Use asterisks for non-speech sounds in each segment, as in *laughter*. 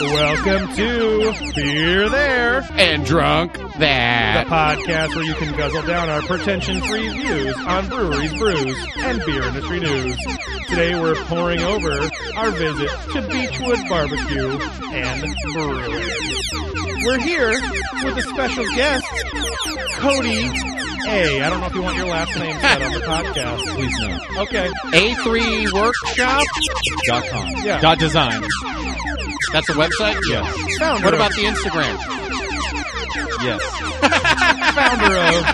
Welcome to Beer There, and drunk the that. podcast where you can guzzle down our pretension-free views on breweries, brews, and beer industry news. Today we're pouring over our visit to Beechwood Barbecue and Brewing. We're here with a special guest, Cody A. I don't know if you want your last name said on the podcast. Please no. Okay, A3 Workshop dot com. Yeah. Dot design. That's a website. Yes. founder What of- about the Instagram? Yes. founder of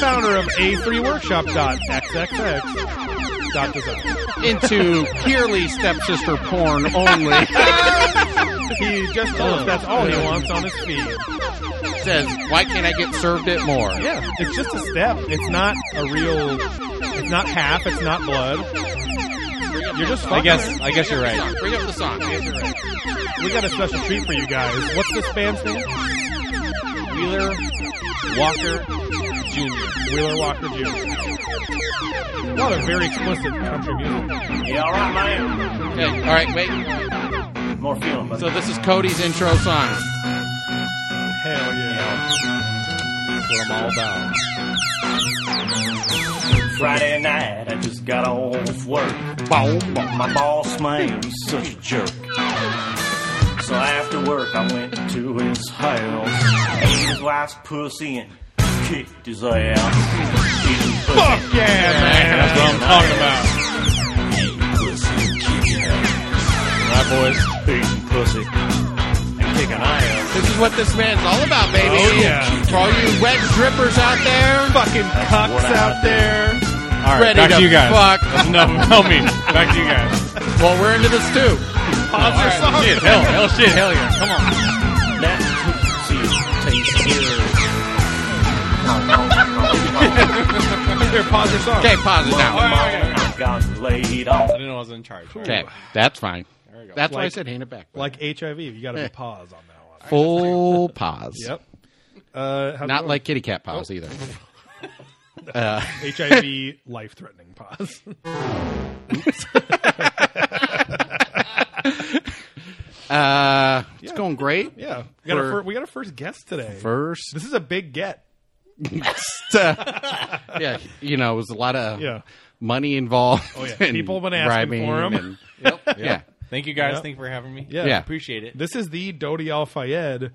founder of a3workshop.xxx dot design. Into purely stepsister porn only. *laughs* He just told us that's all he wants on his feed. Says, why can't I get served it more? Yeah, it's just a step. It's not a real. It's not half. It's not blood. Bring up You're the just song. I guess I guess you're Bring up right. the song. Bring up the song. We got a special treat for you guys. What's this band's name? Wheeler Walker Jr. Wheeler Walker Jr. A lot of very explicit country music. Yeah, all right, man. Okay. All right, wait. More feeling, buddy. So this is Cody's intro song. Hell yeah! That's what I'm all about. Friday night, I just got off work. My boss man, he's such a jerk. So after work, I went to his house, ate his wife's pussy, and kicked his ass. He didn't put it Fuck yeah, man! That's what I'm talking about. right, boys. Eating pussy and kicking ass. This is what this man's all about, baby. Oh, yeah. For all you wet drippers out there, Fucking cocks out there. All right, Ready back to to you guys. fuck. That's enough. Help me. Back to you guys. well, we're into this too. Pause your all song. Shit, hell, hell, shit, hell yeah. Come on. That pussy tastes good. Here, pause your song. Okay, pause it now. Oh, I got laid off. I didn't know I was in charge. Okay, that's fine. we go. That's why I Like- said hand it back. Like HIV, you got to be pause on that one. *laughs* full pause. Yep. Oh. Uh, how's it Not going? like kitty cat *laughs* pause either. *laughs* HIV life threatening pause. *laughs* Uh, it's going great. Yeah, we got, a For- fir- we got a first guest today. *laughs* First, *laughs* This is a big get. uh, yeah, you know, it was a lot of Yeah. money involved. Oh, yeah. *laughs* and People been asking for *laughs* bribing 'em. and- Yeah. Thank you guys. Yep. Thank you for having me. Yeah. Yeah. *laughs* Appreciate it. This is the Dodi Al Fayed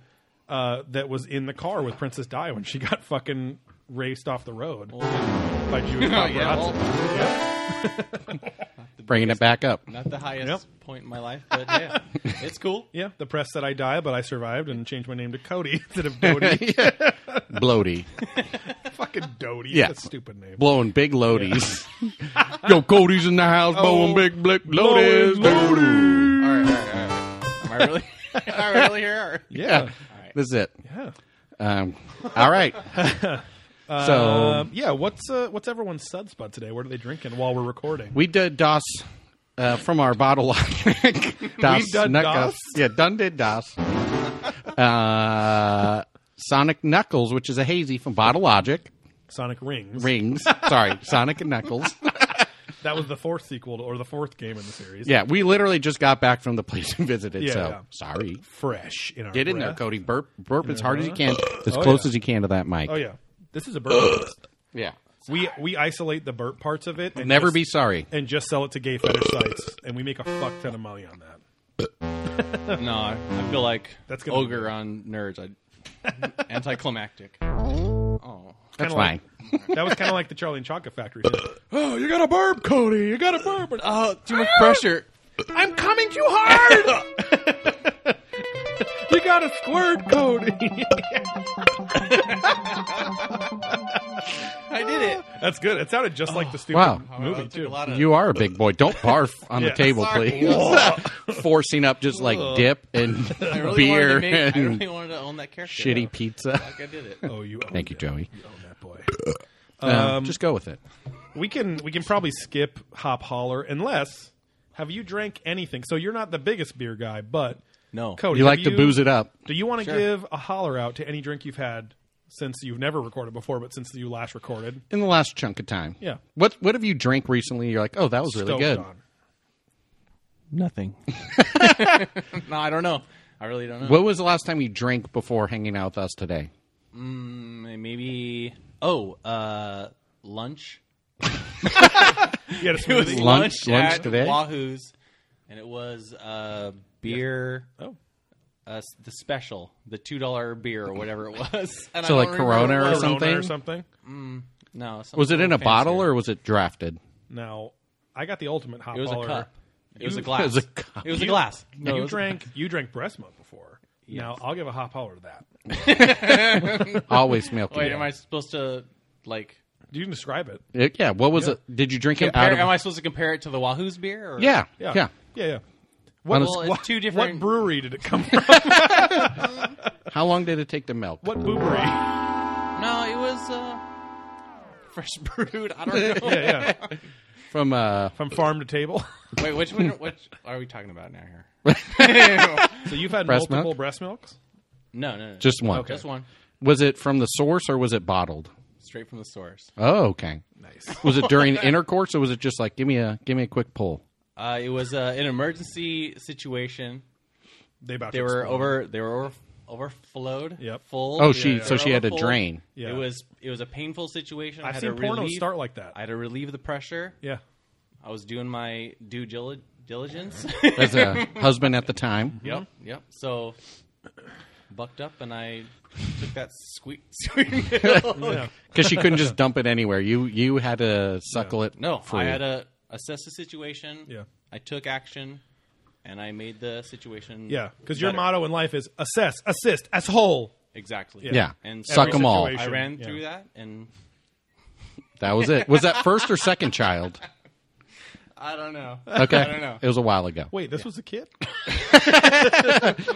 uh, that was in the car with Princess Di when she got fucking raced off the road by Jewish Oh, paparazzi. Oh. *laughs* yeah, well- Yeah. Bringing it back up. Not the highest Yep. point in my *laughs* life, but yeah, it's cool. Yeah, the press said I die, but I survived and changed my name to Cody *laughs* instead *laughs* of Dodi. Bloaty. *laughs* fucking Dodi. Yeah. That's a stupid name. Blowing big loadies. *laughs* Yo, Cody's in the house Oh. blowing big, big loadies. All right, all right, all right. Am I really? *laughs* Am I really *laughs* here? Or- Yeah. This is it. Yeah. Um, *laughs* all right. so Um, yeah, what's uh, what's everyone's sud spud today? What are they drinking while we're recording? we did DOS uh, from our bottle *laughs* logic. DOS, done Nuck DOS? Us. Yeah, done did DOS. uh, Sonic Knuckles, which is a hazy from Bottle Logic. Sonic Rings. Rings. *laughs* Sorry, Sonic and Knuckles. That was the fourth sequel to, or the fourth game in the series. Yeah, we literally just got back from the place we visited, Yeah, so yeah. sorry. Fresh in our Get in there, breath. Cody. Burp, burp as hard as you can, as Oh, close yeah. as you can to that mic. Oh yeah, this is a burp. yeah. we we isolate the burp parts of it. And Never just, be sorry. and just sell it to gay fetish sites, and we make a fuck ton of money on that. No, I, I feel like That's gonna- ogre on nerds. I, *laughs* anticlimactic. That's fine. like- That was kind of like the Charlie and Chocolate Factory. thing. Oh, you got a burp, Cody. You got a burp. Oh, too much pressure. I'm coming too hard. *laughs* you got to squirt, Cody. I did it. That's good. It sounded just like the stupid Oh, Wow. That movie took too. a lot of- You are a big boy. Don't barf on Yeah. the table, *laughs* Sorry. please. Forcing up just like dip and *laughs* I really beer wanted to make, I and really wanted to own that character. shitty though. *laughs* pizza. Like I did it. Oh, you. Own Thank you, it. Joey. You own that boy. Um, just go with it. We can we can probably skip hop holler unless. Have you drank anything? So you're not the biggest beer guy, but No. Cody, You like have to booze it up. Do you want to give a holler out to any drink you've had since you've never recorded before, but since you last recorded? in the last chunk of time. Yeah. What What have you drank recently? You're like, oh, that was really Stoked good. on. Nothing. No, I don't know. I really don't know. What was the last time you drank before hanging out with us today? Maybe. Oh, uh, lunch. *laughs* You had a It was smoothie? Lunch- lunch. lunch at today? Wahoo's, and it was uh, beer. Oh. Uh, s- the special, the two dollar beer or whatever *laughs* it was. And I So don't like remember Corona what it or was. Corona something? or something. No. Was it in a something bottle fancier. or was it drafted? Now, I got the ultimate hot It was baller. a cup. It was a It glass. was a cup. It was a glass. No, it you was a- drank you drank breast milk before. Now I'll give a hot baller to that. Always milky. Wait, am I supposed to like? You can describe it. It- yeah. What was it? Did you drink Compare, it out of? am I supposed to compare it to the Wahoo's beer? Or? yeah, Yeah. yeah. Yeah. yeah. On a Well, s- it's two different. What brewery did it come from? *laughs* how long did it take to melt? what brewery? Yeah, no, it was uh, fresh *laughs* brewed. *laughs* I don't know. yeah. From uh, From farm to table. Wait, which one? Which are we talking about now? Here. So you've had Breast multiple milk? breast milks? No, no, no. just one. just one. Was it from the source or was it bottled? Straight from the source. Oh, okay. Nice. Was it *laughs* during intercourse or was it just like give me a give me a quick pull? Uh, it was uh, an emergency situation. They about They to were explode. over. They were over, overflowed. Yep. Full. Oh, she- They so were she had to overfull. drain. Yeah. It was. It was a painful situation. I I've had seen to pornos relieve, start like that. I had to relieve the pressure. yeah. I was doing my due dili- diligence. As a husband at the time, yep. *laughs* Yep. So bucked up and I took that sweet *laughs* sweet *laughs* middle. Oh, Yeah. because she couldn't just dump it anywhere. You you had to suckle it. No, free. I had to assess the situation. Yeah. I took action, and I made the situation. Yeah. Because your better. motto in life is assess, assist, asshole. exactly. yeah, And suck every them all. situation. I ran Yeah. through that, and That was it. Was that first or second child? *laughs* I don't know. Okay, don't know. it was a while ago. Wait, this was a kid?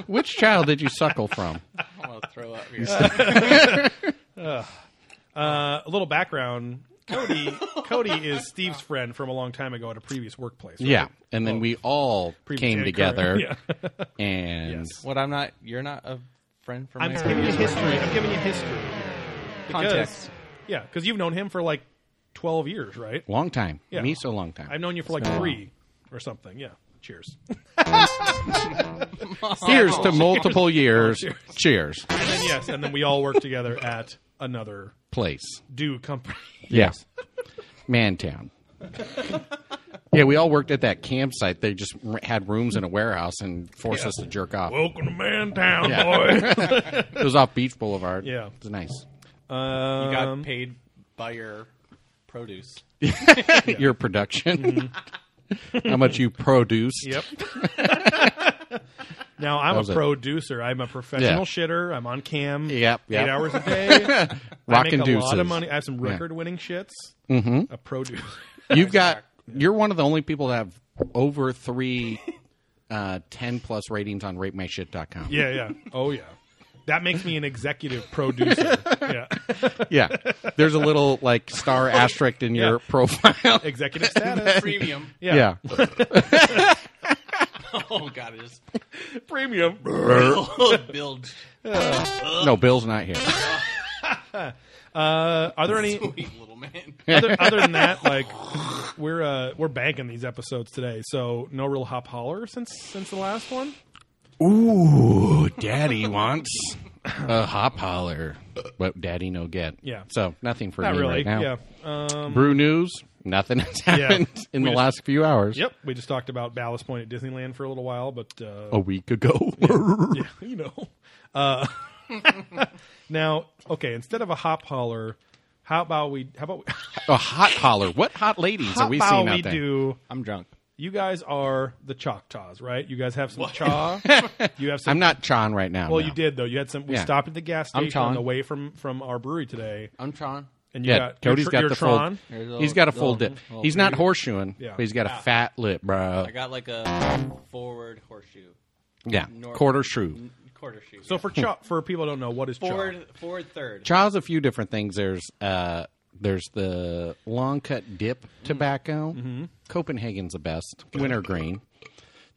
Which child did you suckle *laughs* from? I'm gonna throw up here. Uh, a little background. Cody Cody is Steve's friend from a long time ago at a previous workplace. right? Yeah, and then we all Previous came and *laughs* together current. *laughs* Yeah. and Yes. what? I'm not. You're not a friend from. I'm my giving you previous history. I'm giving you history. Because, Context. Yeah, because you've known him for like 12 years, right? long time. Yeah. Me so long time. I've known you for like It's been a while. three or something. Yeah. Cheers. Here's to *laughs* multiple years. Cheers. And then, yes, and then we all work together at another Place. do company. Yeah. Mantown. yeah, we all worked at that campsite. They just r- had rooms in a warehouse and forced Yeah. us to jerk *laughs* off. Welcome to Mantown, Yeah. boy. It was off Beach Boulevard. Yeah. *laughs* It's nice. Um, You got paid by your *laughs* produce. Your production. Mm-hmm. *laughs* How much you produced. Yep. *laughs* now I'm was a it. producer. I'm a professional Yeah. shitter. I'm on cam. Yep, Eight yep. *laughs* hours a day. I make Rockin' a deuces. Mm-hmm. lot of money. I have some record-winning shits. A producer. You've got you're one of the only people that have over three uh, 10 plus ratings on ratemyshit.com. *laughs* yeah, yeah. Oh yeah. That makes me an executive producer. *laughs* yeah. Yeah. There's a little like star asterisk in *laughs* your Yeah. profile. Executive *laughs* status. Premium. *laughs* Yeah. Oh God, *laughs* it just Premium. *laughs* build. No, Bill's not here. Uh, are there any Sweet little man. other, other than *laughs* that? Like we're uh, we're banking these episodes today, so no real hop holler since since the last one. Ooh, daddy wants a hop holler. What daddy no get. Yeah. So nothing for Not me really. right now. yeah. Um, Brew news, nothing has happened *laughs* in We the just- last few hours. Yep, we just talked about Ballast Point at Disneyland for a little while, but uh, A week *laughs* ago. *laughs* yeah, you know. Uh, *laughs* now, okay, instead of a hop holler, how about we? How about we, a hot holler. What hot ladies how are we about seeing out we there? do? I'm drunk. You guys are the Choctaws, right? You guys have some chaw. You have some. I'm not Chon right now. Well, no. you did though. You had some. We Yeah. stopped at the gas I'm station on Tron. the way from from our brewery today, I'm Tron. and you Yeah, got Cody's your, got your the Tron. full. There's a he's got a full little- dip. little- he's not horseshoeing, Yeah. Ah. but he's got a fat lip, bro. I got like a forward horseshoe, Yeah, Nor- quarter shrew. quarter shoe. *laughs* So for chaw, for people who don't know, what is chaw? forward, forward third. Chow's a few different things. There's uh, there's the long cut dip tobacco. Mm-hmm. Copenhagen's the best. Wintergreen.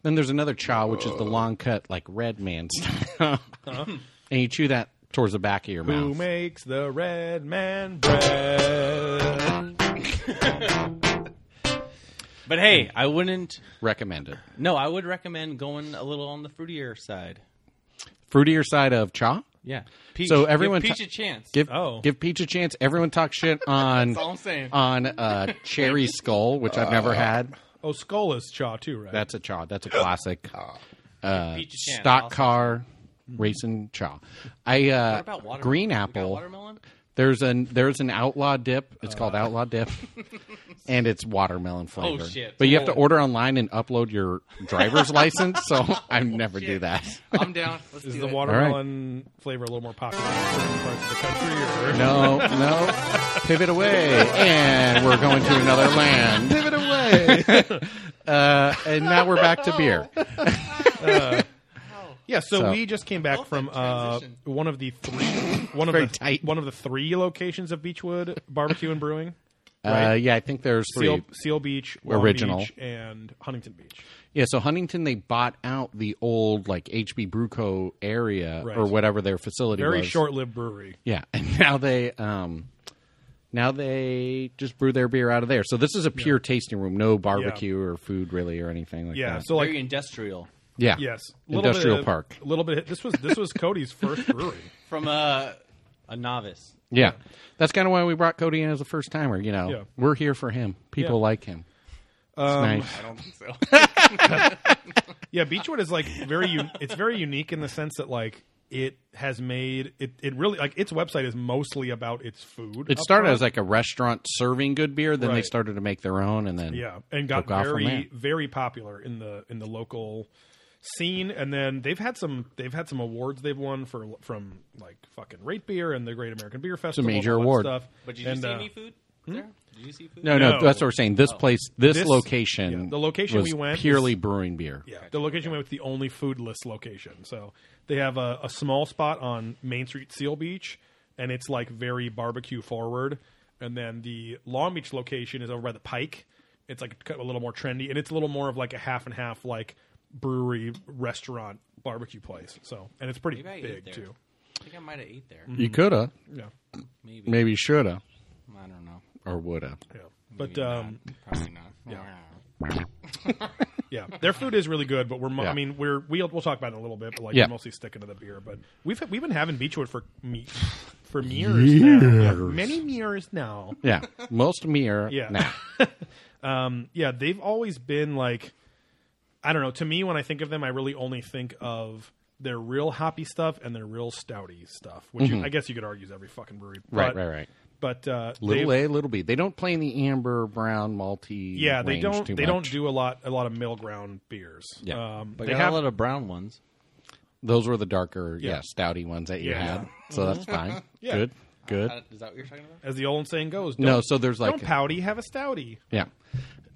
Then there's another chow, which is the long cut, like red *laughs* man style. Uh-huh. and you chew that towards the back of your Who mouth. makes the red man bread? But hey, I wouldn't. Recommend it. No, I would recommend going a little on the fruitier side. Fruitier side of Cha. Yeah. Peach, So everyone give peach ta- a chance. Give Oh. give Peach a chance. Everyone talks *laughs* shit on all I'm saying. on uh, cherry skull, which I've Uh. never had. Oh, Skull is Chaw too, right? That's a Cha. That's a classic. Uh, Peach a chance. stock Awesome. Mm-hmm. car racing Cha. I What uh, about watermelon? green We got apple. watermelon. There's an there's an outlaw dip. It's called outlaw dip, and it's watermelon flavor. shit. But you have to Oh. order online and upload your driver's license. So I never do shit. that. I'm down. Let's Is do the it. watermelon flavor a little more popular in certain parts of the country? Or... No, no. Pivot away, and we're going to another land. Pivot away. *laughs* uh, and now we're back to beer. Yeah, so, So- we just came back Love from that uh, transition. one of the three *laughs* one of Very the tight. one of the three locations of Beechwood Barbecue and Brewing. Uh, yeah, I think there's three. Seal, Seal Beach, Long Original. Beach, and Huntington Beach. Yeah, so Huntington they bought out the old like HB Bruco area Right. or whatever their facility Very was. short-lived brewery. Yeah, *laughs* and now they um, now they just brew their beer out of there. So this is a pure tasting room, no barbecue or food really or anything like Yeah, that. so like Very industrial. yeah, yes, little industrial bit of- park. A little bit. This was this was Cody's first brewery. From a a novice. Yeah, that's kind of why we brought Cody in as a first timer. You know, Yeah. we're here for him. People Yeah. Um, like him. It's nice. I don't think so. Yeah, Beechwood is like very un- it's very unique in the sense that like it has made it it really like its website is mostly about its food. It up started front. as like a restaurant serving good beer. Then they Right. started to make their own, and then yeah and got took off from very there. very popular in the in the local scene and then they've had some they've had some awards they've won for from like fucking rate beer and the great american beer festival and major all that award. stuff But did you And, see uh, any food there? Did you see food? Hmm? No, no, No. Oh. that's what we're saying. This place, this, This- location, yeah, the location was we went purely is- brewing beer. yeah the location went with the only foodless location so they have a, a small spot on main street seal beach and it's like very barbecue forward and then the long beach location is over by the pike it's like kind of a little more trendy and it's a little more of like a half and half like brewery restaurant barbecue place so and it's pretty Maybe I ate big there. too I think I might have ate there. You coulda, Yeah, Maybe. maybe shoulda, Mm-hmm. I don't know. or woulda. yeah. But Maybe um, not. probably not. Yeah. yeah, their food is really good. But we're, mo- Yeah. I mean, we're we'll, we'll talk about it in a little bit. But like, Yeah. we're mostly sticking to the beer. But we've we've been having Beechwood for me *laughs* for years, now. Years. many years now. Yeah, most beer. Yeah. *laughs* Um, now. yeah, they've always been like, I don't know. To me, when I think of them, I really only think of their real hoppy stuff and their real stouty stuff, which you, I guess you could argue is every fucking brewery. Mm-hmm. Right, But- right, right. But uh, Little they've- A, little B. They don't play in the amber, brown, malty. yeah, they range don't too they much. don't do a lot a lot of mill ground beers. Yeah. um, But they got have a lot of brown ones. Those were the darker, yeah, Yeah. stouty ones that you Yeah. Mm-hmm. had. So that's fine. *laughs* Yeah. Good, good. Uh, Is that what you're talking about? as the old saying goes. no, don't- so there's don't like pouty, have a stouty. yeah.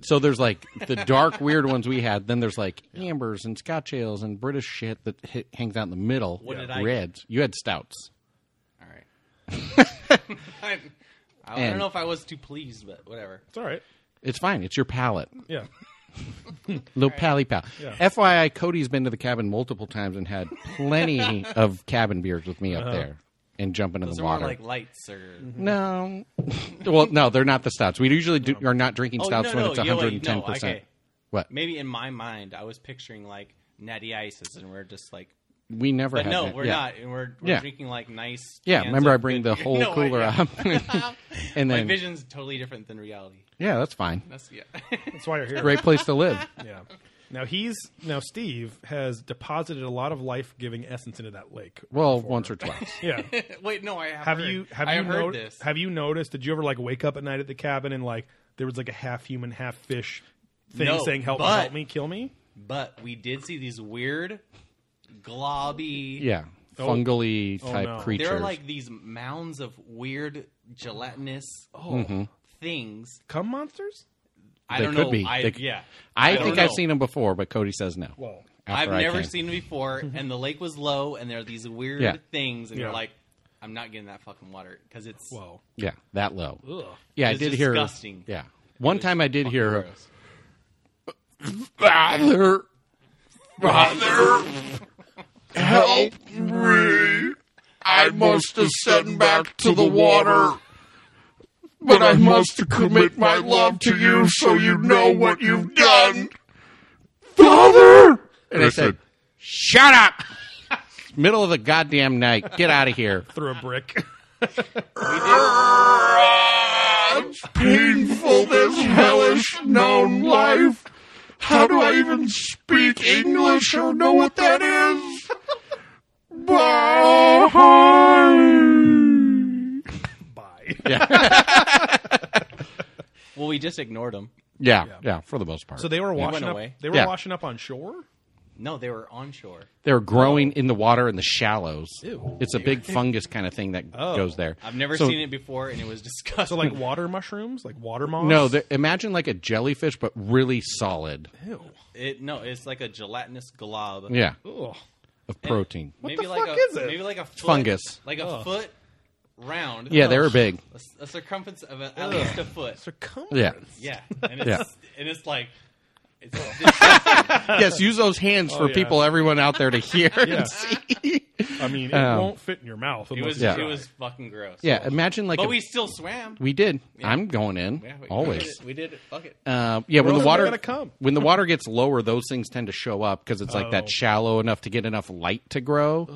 So there's like the dark, weird ones we had. Then there's like ambers and Scotch ales and British shit that hit, hangs out in the middle. What did I get? Reds. You had stouts. All right. *laughs* I, I don't And- know if I was too pleased, but whatever. It's all right. It's fine. It's your palate. Yeah. Little pally pal. Yeah. FYI, Cody's been to the cabin multiple times and had *laughs* plenty of cabin beers with me up Uh-huh. there and jump into Those the are more water. Mm-hmm. like lights or. No. *laughs* well, no, they're not the stouts. We usually do, are not drinking Oh, stouts no, when no, it's yeah, wait, 110%. no, okay. What? Maybe in my mind, I was picturing like natty ices, and we're just like. We never But had no, that. we're yeah. not. And we're, we're Yeah. drinking like nice. Yeah, cans remember of I bring good the beer. whole *laughs* No, I- cooler yeah. up. *laughs* and My then, vision's totally different than reality. yeah, that's fine. That's yeah. *laughs* That's why you're here. Great place to live. Yeah. Now he's now Steve has deposited a lot of life giving essence into that lake. Well, once or twice. Yeah. Wait, no, I have. Have heard. you have I you heard noti- this? have you noticed? Did you ever like wake up at night at the cabin and like there was like a half human, half fish thing No, saying help me, but- help me, kill me? but we did see these weird, globby. Yeah. Fungally type no. They're creatures. Oh. They're like these mounds of weird gelatinous oh, things. Come monsters? Mm-hmm. I They don't could know. be. I, They c- yeah, I, don't think I've know. seen them before, but Cody says no. Well, after I've I never came. Mm-hmm. seen them before, and the lake was low, and there are these weird Yeah. things, and you're Yeah. like, I'm not getting that fucking water because it's well. Yeah, that low. Ugh. Yeah, I It's did disgusting. hear. Yeah, one time I did hear. gross. Father, father, help me! I must have sent back to the water. but I must commit my love to you so you know what you've done. Father! And I said, Shut up! *laughs* Middle of the goddamn night. Get out of here. through a brick. *laughs* It's painful, this hellish known life. How do I even speak English or know what that is? Bye. Bye. Well, we just ignored them. Yeah, yeah, for the most part. So they were washing went up. away. They were Yeah. washing up on shore. No, they were on shore. They're growing in the water in the shallows. Ew. It's a big fungus kind of thing that Oh. goes there. I've never So- seen it before, and it was *laughs* disgusting. So like water mushrooms, like water moss. No, they're- imagine like a jellyfish, but really solid. Ew. it, no, it's like a gelatinous glob. Yeah, Ugh. of protein. maybe the like fuck a, is it? Maybe like a foot, fungus. like a Ugh. foot round. Yeah, they were big. A, s- a circumference of a, at least a *laughs* foot. Yeah. Circumference. Yeah, and it's and it's like it's, yes, use *laughs* those hands for Oh, yeah. people, everyone out *laughs* there to hear Yeah. and see. I mean, it Um, won't fit in your mouth. it Unless was you Yeah. it try. was fucking gross. Yeah, imagine like but a- we still swam. we did. I'm going in Yeah, we- we always. did, it. we did it. Fuck it. Uh, yeah, when else are the they water gonna come? when the water gets lower, those things tend to show up because it's like Oh. that shallow enough to get enough light to grow,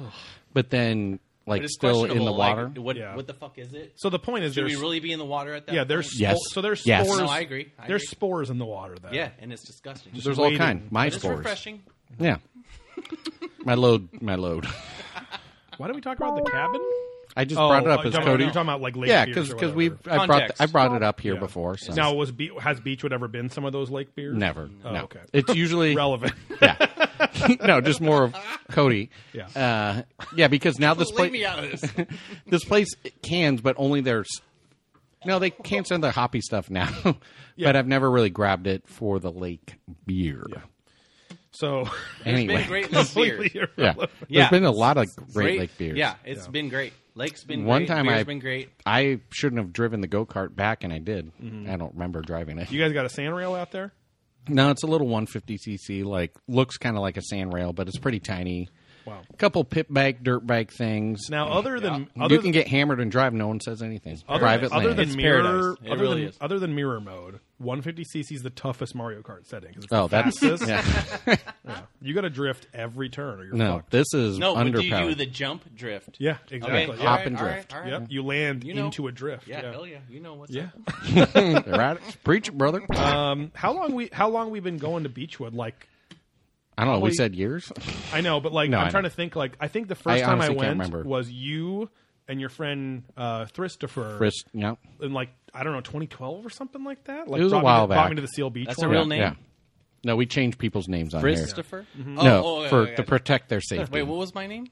but then like But it's still in the questionable, water. Like, what Yeah. what the fuck is it? So the point is, Should we there's really be in the water at that? yeah, point? there's Yes. spo- so there's Yes. spores. No, I agree. I there's agree. spores in the water. Then. yeah, and it's disgusting. There's waiting. all kind. My But it's spores. refreshing. Yeah. my load. My load. *laughs* Why don't we talk about the cabin? I just Oh, brought it up like, as Oh, talking- Cody. You're talking about like lake yeah, because because we I brought Context. I brought it up here before. So Now, was Be- has Beechwood ever been some of those lake beers? never. Oh, no. okay. It's usually Relevant. *laughs* Yeah. no, just *laughs* more of Cody. Yeah. Uh, yeah, because now this Leave place me out of this. this place cans, but only there's. No, they can't send their hoppy stuff now. *laughs* Yeah. But I've never really grabbed it for the lake beer. Yeah. so It's Anyway, been great *laughs* lake beer. completely yeah. irrelevant. Yeah. There's been a lot of great, lake beers. Yeah, it's Yeah. been great. Lake's been One great. time Beer's I- been great. I shouldn't have driven the go kart back, and I did. I don't remember driving it. You guys got a sandrail out there? No, it's a little 150cc. Like looks kind of like a sand rail, but it's pretty tiny. Wow. A couple pit bike, dirt bike things. Now, Mm, other than you other can than, get hammered and drive. No one says anything. other, Private other land. than It's mirror, paradise. It other really than is. other than mirror mode, 150cc is the toughest Mario Kart setting. 'cause It's oh, the that's fastest. yeah. *laughs* You got to drift every turn, or you're no. fucked. This is No, but do you underpowered. do the jump drift? Yeah, Okay. exactly. all Yeah. Hop right, and all right, drift. all right. Yep, You land You know- into a drift. Yeah, Yeah. hell yeah. You know what's Yeah. *laughs* up. right? Preach, it, brother. Um, how long we how long we been going to Beechwood? Like I don't know. We probably- said years. I know, but like No, I'm I trying know. to think. Like I think the first I time I honestly can't went remember. was you and your friend uh, Thristifer Chris, yeah. in like I don't know 2012 or something like that. Like It was a brought while me to, brought back. me to the Seal Beach. That's one. a real yeah, name? yeah. No, we changed people's names on here. Christopher? Mm-hmm. Oh, no, oh, yeah, for yeah, to yeah. protect *laughs* their safety. Wait, what was my name?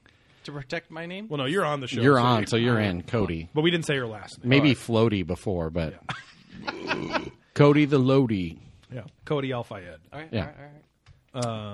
To protect my name? Well, no, you're on the show. you're so on, you- so you're in, Cody. but we didn't say your last name. Maybe floaty before, but *laughs* Cody the Lodi. yeah, Cody Alfayed. all right, yeah. all right, all right.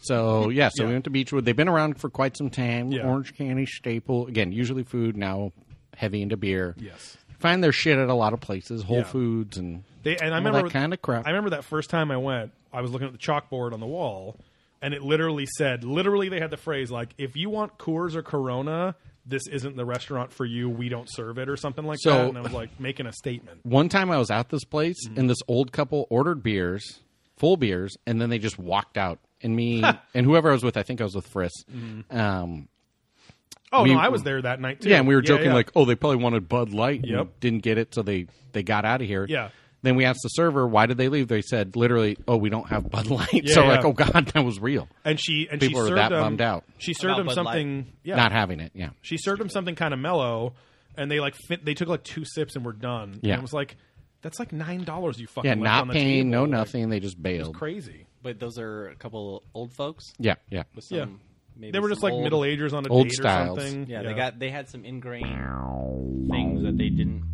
So yeah, so we Um, Yeah. went to Beechwood. They've been around for quite some time. Yeah. Orange County staple again. Usually food now, heavy into beer. Yes. find their shit at a lot of places, Whole Yeah. Foods and They and I all remember that kind of crap. I remember that first time I went, I was looking at the chalkboard on the wall, and it literally said, literally they had the phrase like, "If you want Coors or Corona, this isn't the restaurant for you. We don't serve it," or something like So- that. And I was like making a statement. one time I was at this place Mm-hmm. and this old couple ordered beers, full beers, and then they just walked out. *laughs* And me and whoever I was with, I think I was with Friss. Um, Oh We- no, I was there that night too. yeah, and we were joking Mm-hmm. yeah. like, oh, they probably wanted Bud Light. and Yep. didn't get it, so they they got out of here. Yeah. Then we asked the server, why did they leave? They said literally, oh, we don't have Bud Light. *laughs* Yeah, so yeah. like, oh god, that was real. and she and people she were served that them, bummed out She served about them Bud Light. something. Yeah, Not having it. Yeah. she served them something kind of mellow, and they like fit, they took like two sips and were done. Yeah. and I was like, that's like nine dollars. You fucking Yeah, left on not the paying, no table. Like, nothing. They just bailed. Crazy. But those are a couple old folks. Yeah, yeah. With some, Yeah. Maybe They were some just like old- middle agers on a old date styles. or something. Yeah, they got they had some ingrained things that they didn't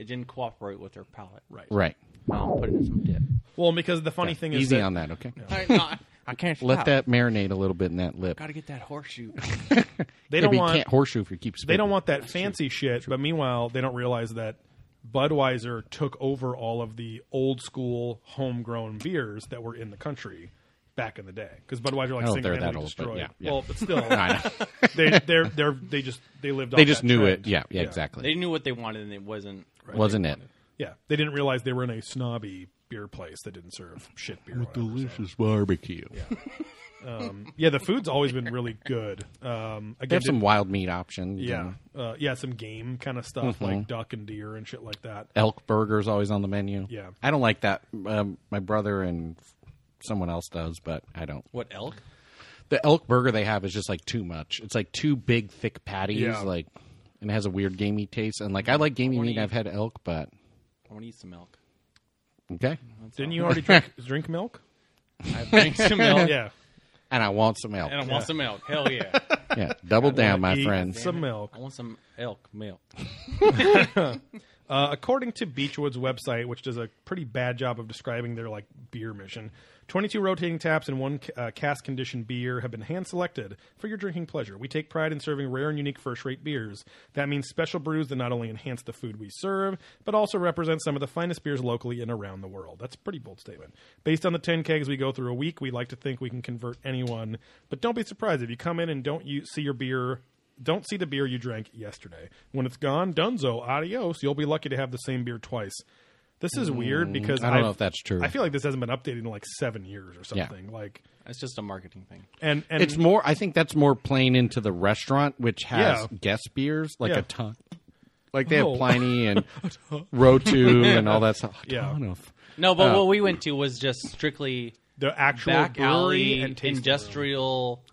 it didn't cooperate with their palate. right. Right. Now I'm putting in some dip. Well, because the funny thing is Easy that, on that, okay? All right, no, I- I can't Let stop. that marinate a little bit in that lip. Gotta get that horseshoe. they Yeah, don't want but you can't horseshoe if you keep. they don't spitting. want that fancy shit. But meanwhile, they don't realize that Budweiser took over all of the old school homegrown beers that were in the country back in the day because Budweiser like I don't think they're single-handedly that old, but destroyed. yeah, yeah. Well, but *laughs* still, I know. they they're, they're they just they lived. they just knew it. Yeah, yeah, exactly. they knew what they wanted and it wasn't Wasn't it? Yeah, they didn't realize they were in a snobby beer place that didn't serve shit beer. or whatever, so. Delicious barbecue. Yeah, the food's always been really good. Um, again, They have did- some wild meat options. yeah, and uh, yeah, some game kind of stuff Mm-hmm. like duck and deer and shit like that. elk burgers always on the menu. Yeah. I don't like that. Um, my brother and someone else does, but I don't. What elk? The elk burger they have is just like too much. It's like two big thick patties, Yeah. like, and it has a weird gamey taste. And like, I like gamey meat. eat- I've had elk, but I want to eat some elk. okay. Didn't you already drink, drink *laughs* milk? I drank *laughs* some milk, Yeah, And I want some elk. and I want some elk. Hell yeah, Yeah, double down, my Eat friends. Some milk. I want some elk milk. Uh, according to Beechwood's website, which does a pretty bad job of describing their like beer mission, 22 rotating taps and one uh, cast conditioned beer have been hand selected for your drinking pleasure. We take pride in serving rare and unique first rate beers. That means special brews that not only enhance the food we serve, but also represent some of the finest beers locally and around the world. That's a pretty bold statement. Based on the 10 kegs we go through a week, we like to think we can convert anyone, but don't be surprised if you come in and don't you see your beer don't see the beer you drank yesterday. When it's gone, dunzo, adios. You'll be lucky to have the same beer twice. This is weird because Mm, I don't know I've- if that's true. I feel like this hasn't been updated in like seven years or Yeah. something. Like, It's just a marketing thing. and and Mm-hmm. It's more. I think that's more playing into the restaurant, which has Yeah. guest beers like Yeah. a ton. Like they have Oh. Pliny *laughs* and Rotu and all that stuff. A Yeah. ton of- No, but Oh. what we went to was just strictly the actual back brewery alley and tasting industrial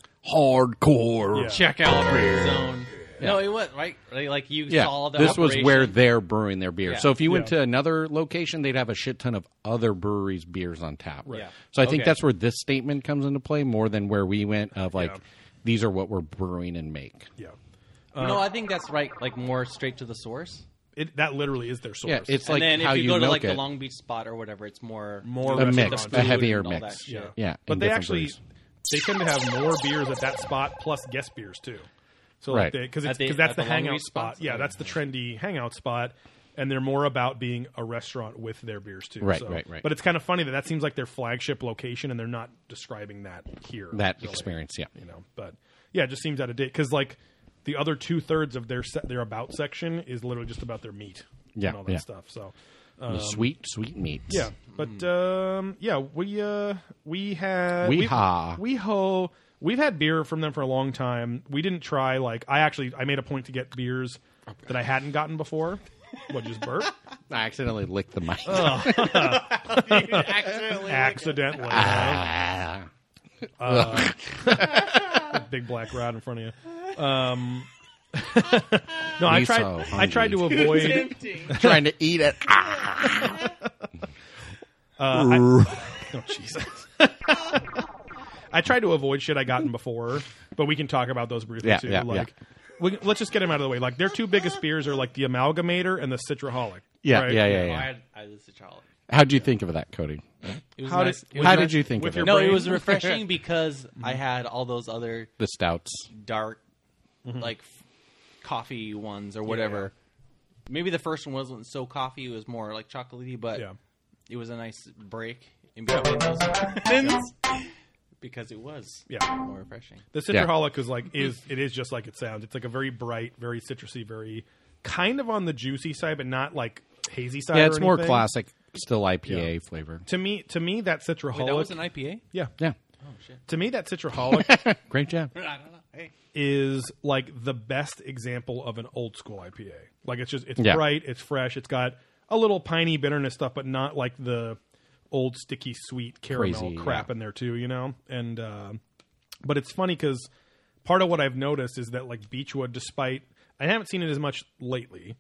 hardcore. Yeah. checkout zone. No, it was right. Like like you Yeah, saw the this was operation. where they're brewing their beer. Yeah. So if you went Yeah. to another location, they'd have a shit ton of other breweries' beers on tap. Yeah. So I think Okay. that's where this statement comes into play more than where we went of like Yeah. these are what we're brewing and make. room. uh, no, I think that's right. Like more straight to the source. Yeah, it, that literally is their source. Yeah, it's and like then how if you, go to milk like it. the Long Beach spot or whatever, it's more More a restaurant mix, food a and heavier all that mix. shit. Yeah, but and they different actually breweries. they tend to have more beers at that spot plus guest beers too. So Right. like because At the- because that's at the, the Long hangout Beach spot. spots? Yeah, Yeah. that's the trendy hangout spot, and they're more about being a restaurant with their beers too. Right, so. right, right. But it's kind of funny that that seems like their flagship location, and they're not describing that here. that really, experience. Yeah, you know. But yeah, it just seems out of date because like the other two thirds of their se- their about section is literally just about their meat Yeah, and all that yeah. stuff. So Um, The sweet sweet meats. yeah, but Mm-hmm. um, yeah, we uh, we had We ha. we ho we've had beer from them for a long time. We didn't try like I actually I made a point to get beers that I hadn't gotten before. What just *laughs* burp? I accidentally licked the mic. *laughs* Accidentally, you know? Ah. big black rod in front of you. Um, *laughs* no, I He's tried. so I tried to *laughs* avoid. *laughs* trying to eat it. Ah. *laughs* Oh, Jesus. I tried to avoid shit I gotten before, but we can talk about those briefly Yeah, too. yeah, like, we- let's just get them out of the way. Like, their two biggest beers are like the Amalgamator and the Citraholic. *laughs* Yeah, right? yeah, yeah, Oh, I, yeah. had, I had this a child. How'd you think of that, Cody? It was How nice. did- It was How nice. did you think with of your it? brain? No, it was refreshing because I had all those other The stouts. dark, like f- coffee ones or whatever. Maybe the first one wasn't so coffee; it was more like chocolatey, but Yeah. it was a nice break in between those opinions *laughs* because it was Yeah. more refreshing. The Citraholic is like is it is just like it sounds. It's like a very bright, very citrusy, very kind of on the juicy side, but not like hazy side. Yeah, or it's more anything. classic, still IPA flavor. To me, to me, that Wait, Citraholic. that was an IPA. yeah, Yeah, to me, that Citraholic great job. I don't know. Hey, is like the best example of an old school IPA. Like it's just it's Yeah. bright, it's fresh, it's got a little piney bitterness stuff, but not like the old sticky sweet caramel Crazy, crap yeah. in there too, you know. And uh, but it's funny because part of what I've noticed is that like Beechwood, despite I haven't seen it as much lately.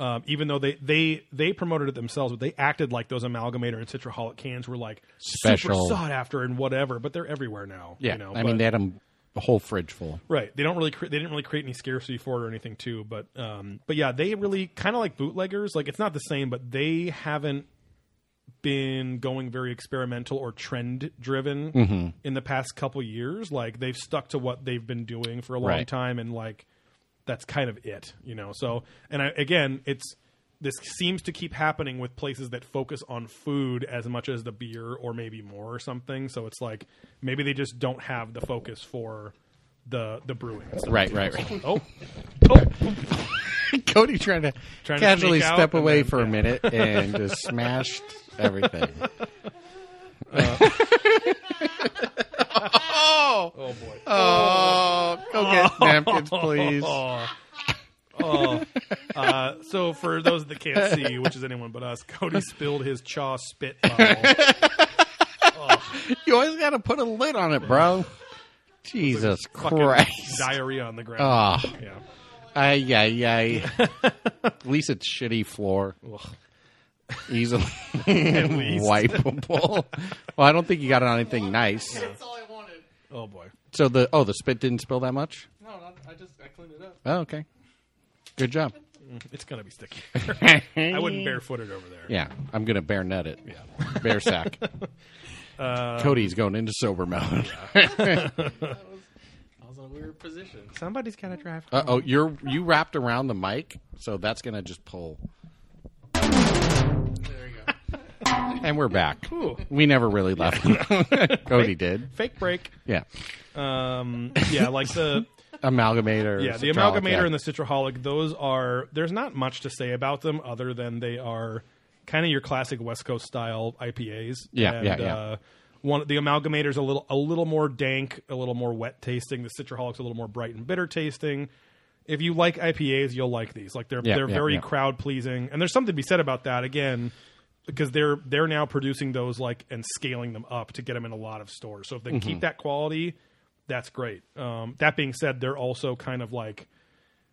Um, even though they, they they promoted it themselves, but they acted like those amalgamator and citraholic cans were like Special. super sought after and whatever. But they're everywhere now. Yeah, you know, I mean but- they had 'em a whole *laughs* fridge full. Right. They don't really cre- they didn't really create any scarcity for it or anything too, but um but yeah, they really kind of like bootleggers, like it's not the same, but they haven't been going very experimental or trend driven in the past couple years. Like they've stuck to what they've been doing for a long Right. time and like that's kind of it, you know. So, and I, again, it's this seems to keep happening with places that focus on food as much as the beer or maybe more or something. So it's like maybe they just don't have the focus *laughs* for the the brewing. and stuff. Right, right, right. Oh, Cody trying to Trying to casually sneak out step and away then- for a *laughs* minute and just smashed everything. Uh. *laughs* Oh boy. Oh, go get napkins, please. Oh. Oh. Uh, so for those that can't see, which is anyone but us, Cody spilled his chaw spit bottle. You always got to put a lid on it, bro. Jesus Fucking Christ. diarrhea on the ground. *laughs* Ah, Yeah. ay, ay, ay. *laughs* At least it's shitty floor. *laughs* Easily least. wipeable. well, I don't think you got it on anything nice. That's all I wanted. Oh boy. So the oh, the spit didn't spill that much. No, I just I cleaned it up. Oh, okay. Good job. *laughs* It's gonna be sticky. I wouldn't barefoot it over there. Yeah, I'm gonna bare nut it. *laughs* Yeah, *laughs* bare sack. Uh, Cody's going into sober mode. *laughs* I was in a weird position. Somebody's gotta drive. Uh oh, you're you wrapped around the mic, so that's gonna just pull. There you go. And we're back. We never really left. *laughs* Cody did. Fake break. Yeah. Um, yeah, like *laughs* the Amalgamator. yeah the Citrolic, amalgamator yeah. and the citraholic. Those are there's not much to say about them other than they are kind of your classic West Coast style IPAs. Yeah, and, yeah, yeah. Uh, one the amalgamator's a little a little more dank, a little more wet tasting. The citraholic's a little more bright and bitter tasting. If you like IPAs, you'll like these. Like they're Yeah, they're yeah, very yeah. crowd pleasing, and there's something to be said about that again. Because they're they're now producing those like and scaling them up to get them in a lot of stores. So if they can Mm-hmm. keep that quality, that's great. Um, that being said, they're also kind of like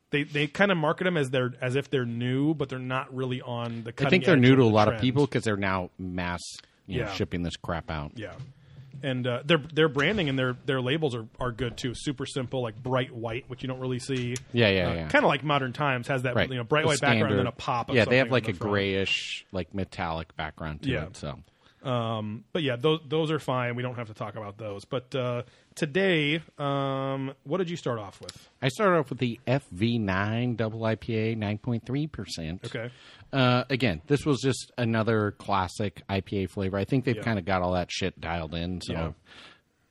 they they kind of market them as they're as if they're new, but they're not really on the. I Cutting think they're edge new to a the lot of trend. people because they're now mass you know, Yeah. shipping this crap out. Yeah, and uh, their their branding and their their labels are are good too. Super simple, like bright white, which you don't really see. Yeah, yeah, yeah. Kind of like modern times has that Right. you know bright The white background and then standard- a pop. Of Yeah, they have something like on a the front. grayish, like metallic background to Yeah. it. So But yeah, those those are fine. We don't have to talk about those. But uh, today, um, what did you start off with? I started off with the FV9 double IPA, 9.3%. Okay. Uh, again, this was just another classic IPA flavor. I think they've Yeah. kind of got all that shit dialed in. So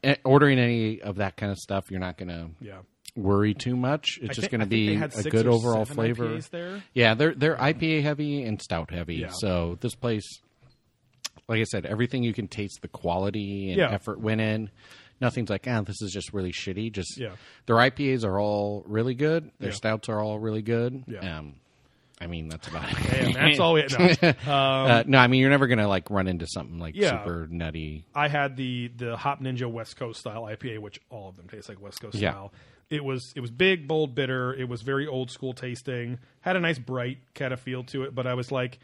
Yeah. eh, ordering any of that kind of stuff, you're not going to Yeah. worry too much. It's I just think- going I to think be they had a six good or overall seven flavor. IPAs *laughs* there. Yeah, they're they're IPA heavy and stout heavy. Yeah. So this place, like I said, everything you can taste the quality and Yeah. effort went in. Nothing's like, ah, this is just really shitty. Just Yeah. their IPAs are all really good. Their Yeah. stouts are all really good. Yeah. Um, I mean, that's *laughs* about it. Damn, that's all we. No. uh, no, I mean, you're never going to like run into something like Yeah. super nutty. I had the the Hop Ninja West Coast style IPA, which all of them taste like West Coast Yeah. style. It was it was big, bold, bitter. It was very old school tasting. Had a nice bright kind of feel to it. But I was like,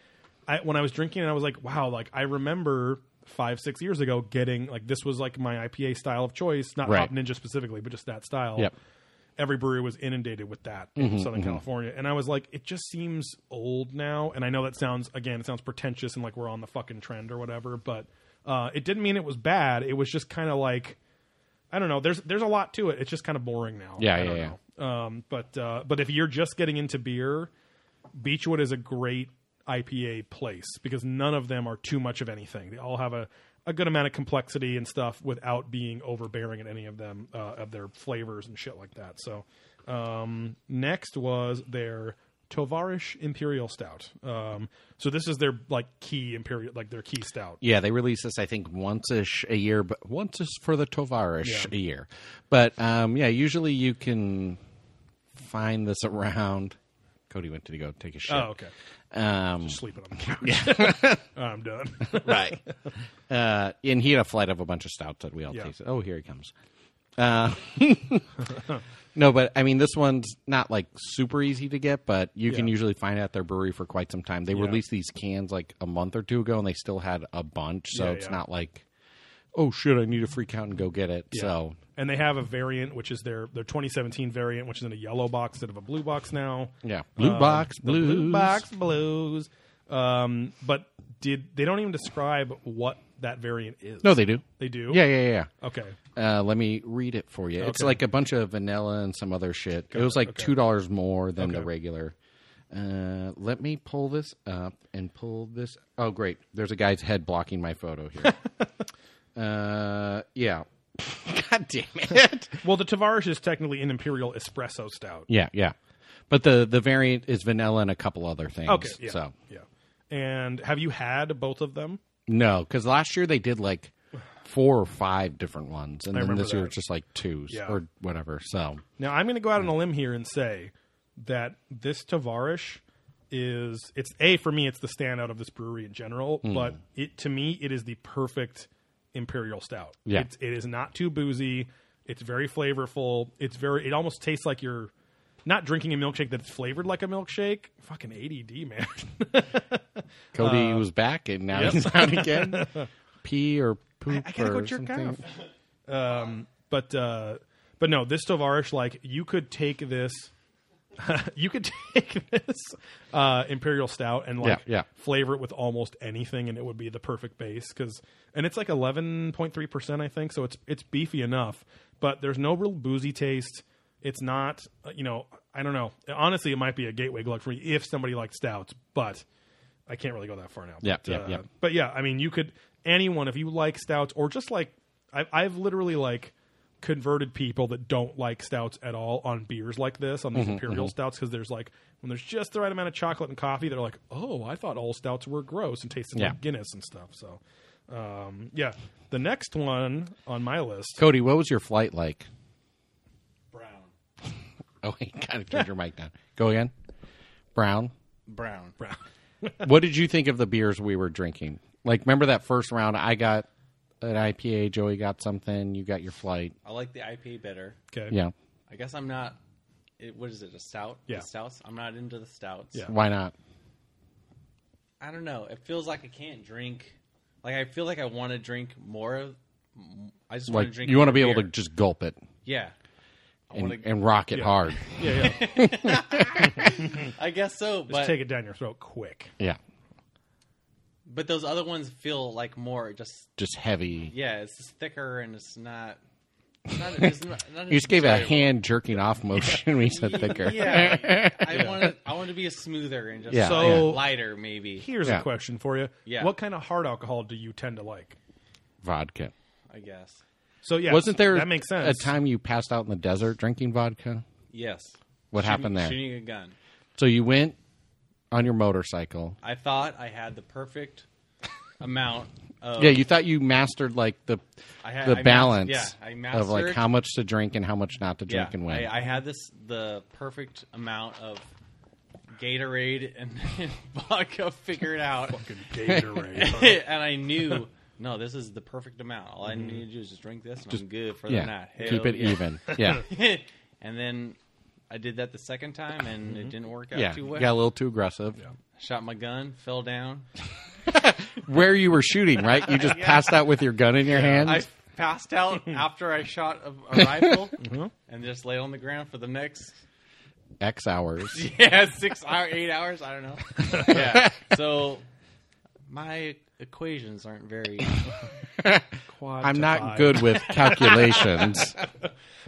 I, when I was drinking, it, I was like, wow, like I remember five six years ago getting like this was like my IPA style of choice, not Right. Hop Ninja specifically, but just that style. Yep. Mm-hmm, Every brewery was inundated with that in Southern California, and I was like, it just seems old now. And I know that sounds again, it sounds pretentious and like we're on the fucking trend or whatever, but uh, it didn't mean it was bad. It was just kind of like I don't know. There's there's a lot to it. It's just kind of boring now. Yeah, I yeah, don't yeah. know. Um, but uh, but if you're just getting into beer, Beechwood is a great IPA place because none of them are too much of anything. They all have a, a good amount of complexity and stuff without being overbearing in any of them uh, of their flavors and shit like that. So um, next was their Tovarish Imperial Stout. Um, so this is their like key imperial like their key stout. Yeah, they release this I think once ish a year, but once is for the Tovarish Yeah. a year. But um, yeah, usually you can find this around. Cody went to go take a shit. Oh, okay. Um, Sleeping on the couch. *laughs* I'm done. right. *laughs* Uh, and he had a flight of a bunch of stouts that we all Yeah. tasted. Oh, here he comes. Uh, *laughs* no, but I mean, this one's not like super easy to get, but you can Yeah. usually find it at their brewery for quite some time. They released these cans like a month or two ago, and they still had a bunch. So Yeah, it's yeah. not like, oh shit, I need a freak out and go get it. So and they have a variant which is their their 2017 variant which is in a yellow box instead of a blue box now yeah, Uh, blue Um, box the blues. blue box blues um but did they don't even describe what that variant is No, they do. they do Yeah, yeah, yeah. okay Uh, let me read it for you. It's Okay. like a bunch of vanilla and some other shit. it was like Okay. two dollars more than the regular. Uh, let me pull this up and pull this. Oh, great! There's a guy's head blocking my *laughs* photo here. uh, yeah. God damn it! well the tavarish is technically an imperial espresso stout *laughs* yeah, yeah. But the the variant is vanilla and a couple other things. Okay. Yeah. So Yeah. And have you had both of them? no, because last year they did like four or five different ones, and then remember this year that. it's just like two s- Yeah. or whatever. So Now I'm going to go out on a limb here and say that this Tavarish is it's a for me it's the standout of this brewery in general, but it to me it is the perfect imperial stout. Yeah. It's, it is not too boozy. It's very flavorful. It's very it almost tastes like you're not drinking a milkshake that's flavored like a milkshake. Fucking ADD man. *laughs* Uh, Cody was back, and now yep. he's out *laughs* again. Pee or poop I gotta or go jerk something. off. but uh but no this tovarish like you could take this *laughs* you could *laughs* take this uh imperial stout and like Yeah, yeah. flavor it with almost anything and it would be the perfect base because and it's like 11.3% i think so it's it's beefy enough but there's no real boozy taste it's not uh, you know i don't know honestly it might be a gateway glug for me if somebody likes stouts but i can't really go that far now Yeah, but, uh, yeah, yeah. but yeah, I mean, you could anyone if you like stouts or just like I've, I've literally like converted people that don't like stouts at all on beers like this on these Mm-hmm, imperial stouts because there's like when there's just the right amount of chocolate and coffee, they're like, oh, I thought all stouts were gross and tasted Yeah. like Guinness and stuff. So, um, yeah, the next one on my list, Cody, what was your flight like? Brown. *laughs* Oh, you gotta turn your mic down. Go again. Brown. Brown. Brown. what did you think of the beers we were drinking? Like, remember that first round? I got an IPA. Joey got something. You got your flight. I like the IPA better. Okay, Yeah. I guess I'm not. It, what is it? A stout? Yeah. The stouts. I'm not into the stouts. Yeah. Why not? I don't know. It feels like I can't drink. Like I feel like I want to drink more. of m- I just want to Like, drink. you want to more be able to beer. just gulp it Yeah. I and, want to. and rock it Yeah. hard. *laughs* yeah, yeah. I guess so. Just But take it down your throat quick. Yeah. but those other ones feel like more just Just heavy. yeah. It's just thicker and it's not. It's not, it's not, not You just gave a enjoyable. hand jerking off motion when you said thicker. *laughs* Yeah, *laughs* I want to. I want to be a smoother and just Yeah, like yeah. lighter, maybe. Here's Yeah. a question for you: Yeah. What kind of hard alcohol do you tend to like? Vodka. I guess. So yeah, Wasn't there that makes sense? a time you passed out in the desert drinking vodka? Yes. What Shooting- happened there? Shooting a gun. So you went on your motorcycle. I thought I had the perfect amount of. Yeah, you thought you mastered like the I had- the I mas- balance yeah, I of like mastered- how much to drink and how much not to drink and when. I, I had this the perfect amount of Gatorade and *laughs* vodka figured out, *laughs* Gatorade. and I knew no, this is the perfect amount. All I need to do is just drink this, and I'm good for yeah, the night. Hell keep it *laughs* even. Yeah, even. and then I did that the second time, and it didn't work out Mm-hmm. yeah. too well. Got a little too aggressive. Shot my gun, fell down. Where you were shooting, right? You *laughs* just passed out with your gun in your hand. I passed out after I shot a, a rifle, Mm-hmm. and just lay on the ground for the next X hours. *laughs* yeah, six hour, eight hours. I don't know. Yeah. *laughs* So my equations aren't very. I'm not Quantified. good *laughs* with calculations.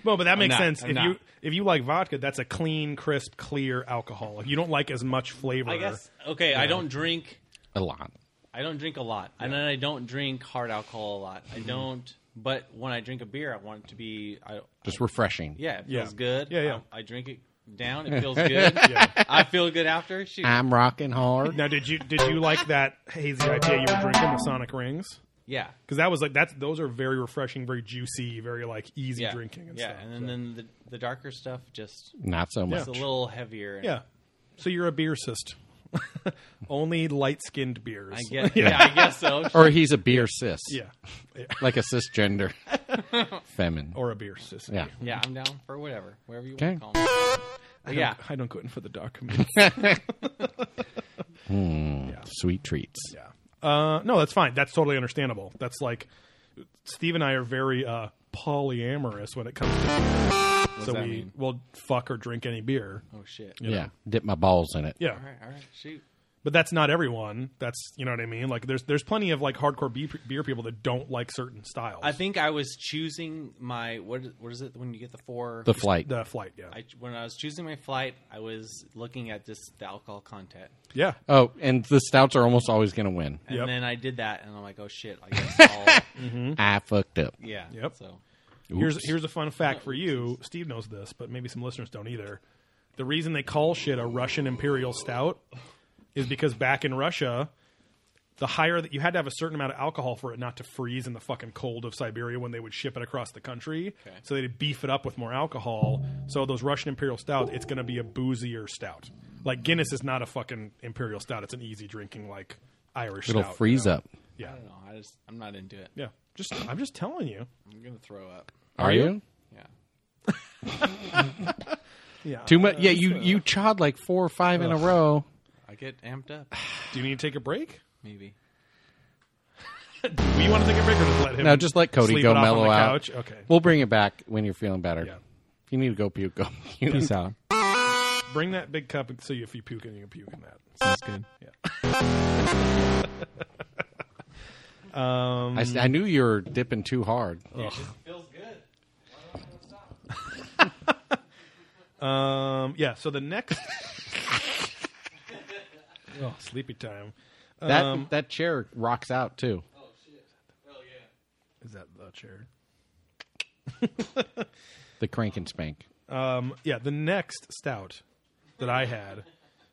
No, but that makes not. sense. I'm if not. you if you like vodka, that's a clean, crisp, clear alcohol. Like, You don't like as much flavor. I guess okay. I don't drink. a lot. I don't drink a lot, and then I don't drink hard alcohol a lot. I don't. But when I drink a beer, I want it to be. I, Just refreshing. yeah, it Yeah. feels good. Um, Yeah, yeah. I, I drink it down. It feels good. I feel good after. Shoot. I'm rocking hard. Now, did you did you like that hazy IPA you were drinking, the Sonic Rings? yeah. Because that was like that's those are very refreshing, very juicy, very like easy Yeah. drinking and yeah, stuff. and then, then the the darker stuff just Not so much. it's a little heavier. yeah, so you're a beer cyst. *laughs* Only light skinned beers. I guess. Yeah, I guess so. Or he's a beer cis. Yeah, Yeah. *laughs* Like a cisgender. Femin. or a beer cyst. yeah. Yeah, I'm down for whatever, whatever you Okay. want to call me. Yeah, I don't go in for the dark community. Sweet treats. Yeah. Uh, no, that's fine. That's totally understandable. That's like Steve and I are very uh, polyamorous when it comes to. so that we mean? will fuck or drink any beer. Oh shit. Yeah. Dip my balls in it. Yeah, All right, all right, shoot. but that's not everyone. That's you know what I mean. Like there's there's plenty of like hardcore beer, beer people that don't like certain styles. I think I was choosing my what is, what is it when you get the four The flight. the flight. Yeah, I, when I was choosing my flight, I was looking at just the alcohol content, yeah. oh, and the stouts are almost always going to win. and Yep. then I did that, and I'm like, oh shit, I *laughs* guess I'll, Mm-hmm. I fucked up. yeah, Yep. So Here's here's a fun fact for you. Steve knows this, but maybe some listeners don't either. The reason they call shit a Russian imperial stout is because back in Russia, the higher that you had to have a certain amount of alcohol for it not to freeze in the fucking cold of Siberia when they would ship it across the country. So they'd beef it up with more alcohol. So those Russian imperial stouts, it's going to be a boozier stout. Like Guinness is not a fucking imperial stout. It's an easy drinking like Irish It'll stout. freeze up. Yeah. I don't know. I just I'm not into it. Yeah. Just I'm just telling you. I'm gonna throw up. Are you? Yeah. Yeah. Too much. Yeah, you you chawed like four or five in a row. I get amped up. *sighs* Do you need to take a break? Maybe. Do you want to take a break or just let him? No, just let Cody Sleep go it off on mellow the out. couch? Okay. We'll bring it back when you're feeling better. Yeah. If you need to go puke, go *laughs* puke. out. bring that big cup and see if you puke and you can puke in that. That's good. I, s- I knew you were dipping too hard. Uh, Feels good. Um, yeah. So the *laughs* next. oh, sleepy time. That um, that chair rocks out too. Is that the chair? The crank and spank. Um, yeah. The next stout that I had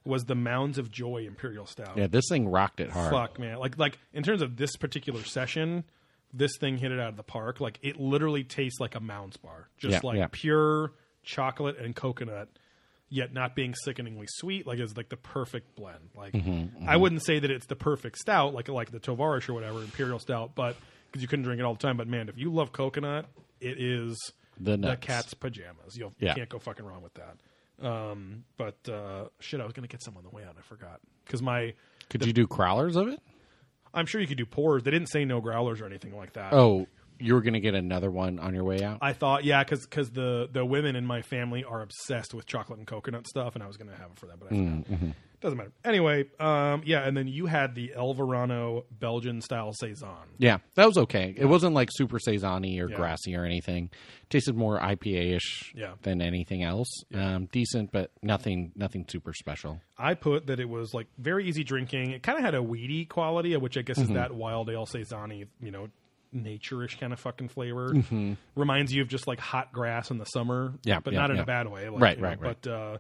was the Mounds of Joy Imperial Stout. Yeah, this thing rocked it hard. Fuck, man. Like, like in terms of this particular session, this thing hit it out of the park. Like, it literally tastes like a Mounds bar, just Yeah, like yeah. pure chocolate and coconut, yet not being sickeningly sweet. Like, it's like the perfect blend. Like, Mm-hmm, I wouldn't say that it's the perfect stout, like like the Tovarish or whatever Imperial Stout, but because you couldn't drink it all the time. But man, if you love coconut, it is The nuts. cat's pajamas. You'll, Yeah. You can't go fucking wrong with that. Um, but uh, shit, I was gonna get some on the way out. I forgot because my Could you do crawlers of it? I'm sure you could do pours. They didn't say no growlers or anything like that. Oh, you were gonna get another one on your way out. I thought, yeah, because the the women in my family are obsessed with chocolate and coconut stuff, and I was going to have it for them, but I forgot. Doesn't matter. Anyway, um, yeah, and then you had the El Verano Belgian style saison. yeah, that was okay. It wasn't like super saison or Yeah. grassy or anything. Tasted more IPA ish Yeah. than anything else. Um, decent, but nothing nothing super special. I put that it was like very easy drinking. It kind of had a weedy quality, which I guess Mm-hmm. is that wild ale saison, you know, naturish kind of fucking flavor. Reminds you of just like hot grass in the summer, Mm-hmm. Yeah, but yeah, not in yeah. a bad way, like, Right, you know, right, right. But uh,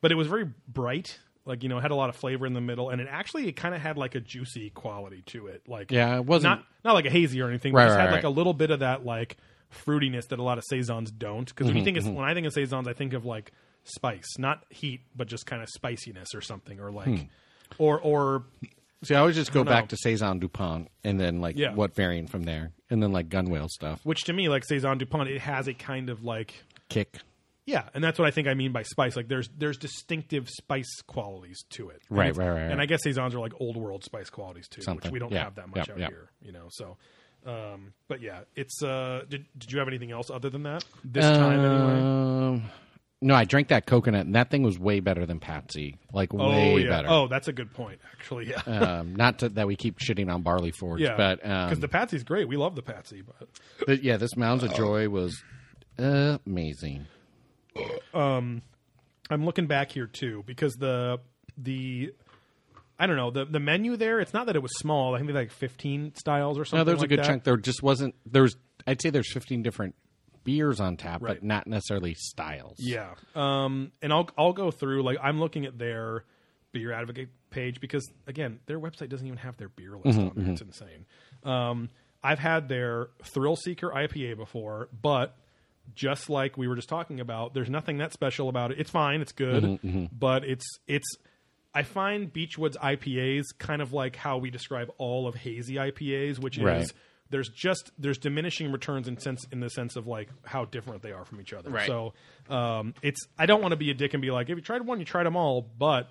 but it was very bright. Like you know, it had a lot of flavor in the middle, and it actually it kind of had like a juicy quality to it. Like Yeah, it wasn't- not not like a hazy or anything. but Right, just right, had like right. a little bit of that like fruitiness that a lot of saisons don't. Because Mm-hmm, when you think of, when I think of saisons, I think of like spice, not heat, but just kind of spiciness or something, or like Hmm. or or See, I always just go know. back to saison Dupont and then like Yeah. what variant from there, and then like gunwale stuff. which to me like saison Dupont, it has a kind of like Kick. yeah, and that's what I think I mean by spice. Like there's there's distinctive spice qualities to it, And Right, it's- right, right, right. And I guess saisons are like old world spice qualities too, Something. which we don't Yeah, have that much yeah, out yeah. here, you know. So. Um, but yeah, it's uh did, did you have anything else other than that? This time anyway. Um, no, I drank that coconut, and that thing was way better than Patsy. Like way oh yeah. better. Oh, that's a good point actually. Yeah. um, not to, that we keep shitting on barley forge, Yeah, but because um, the Patsy's great, we love the Patsy. But but yeah, this Mounds of Joy was amazing. I'm looking back here too because the the I don't know the the menu there. It's not that it was small. I think they had like 15 styles or something. No, there's like a good that. chunk. There just wasn't. There was. I'd say there's 15 different beers on tap, Right. but not necessarily styles. Yeah. Um, and I'll I'll go through like I'm looking at their beer advocate page because again, their website doesn't even have their beer list on there. It's insane. Um, I've had their Thrill Seeker IPA before, but just like we were just talking about, there's nothing that special about it. It's fine, it's good, but it's it's I find Beechwood's IPAs kind of like how we describe all of hazy IPAs, which is Right. there's just there's diminishing returns in sense in the sense of like how different they are from each other. Right. So um, it's I don't want to be a dick and be like, if you tried one, you tried them all, but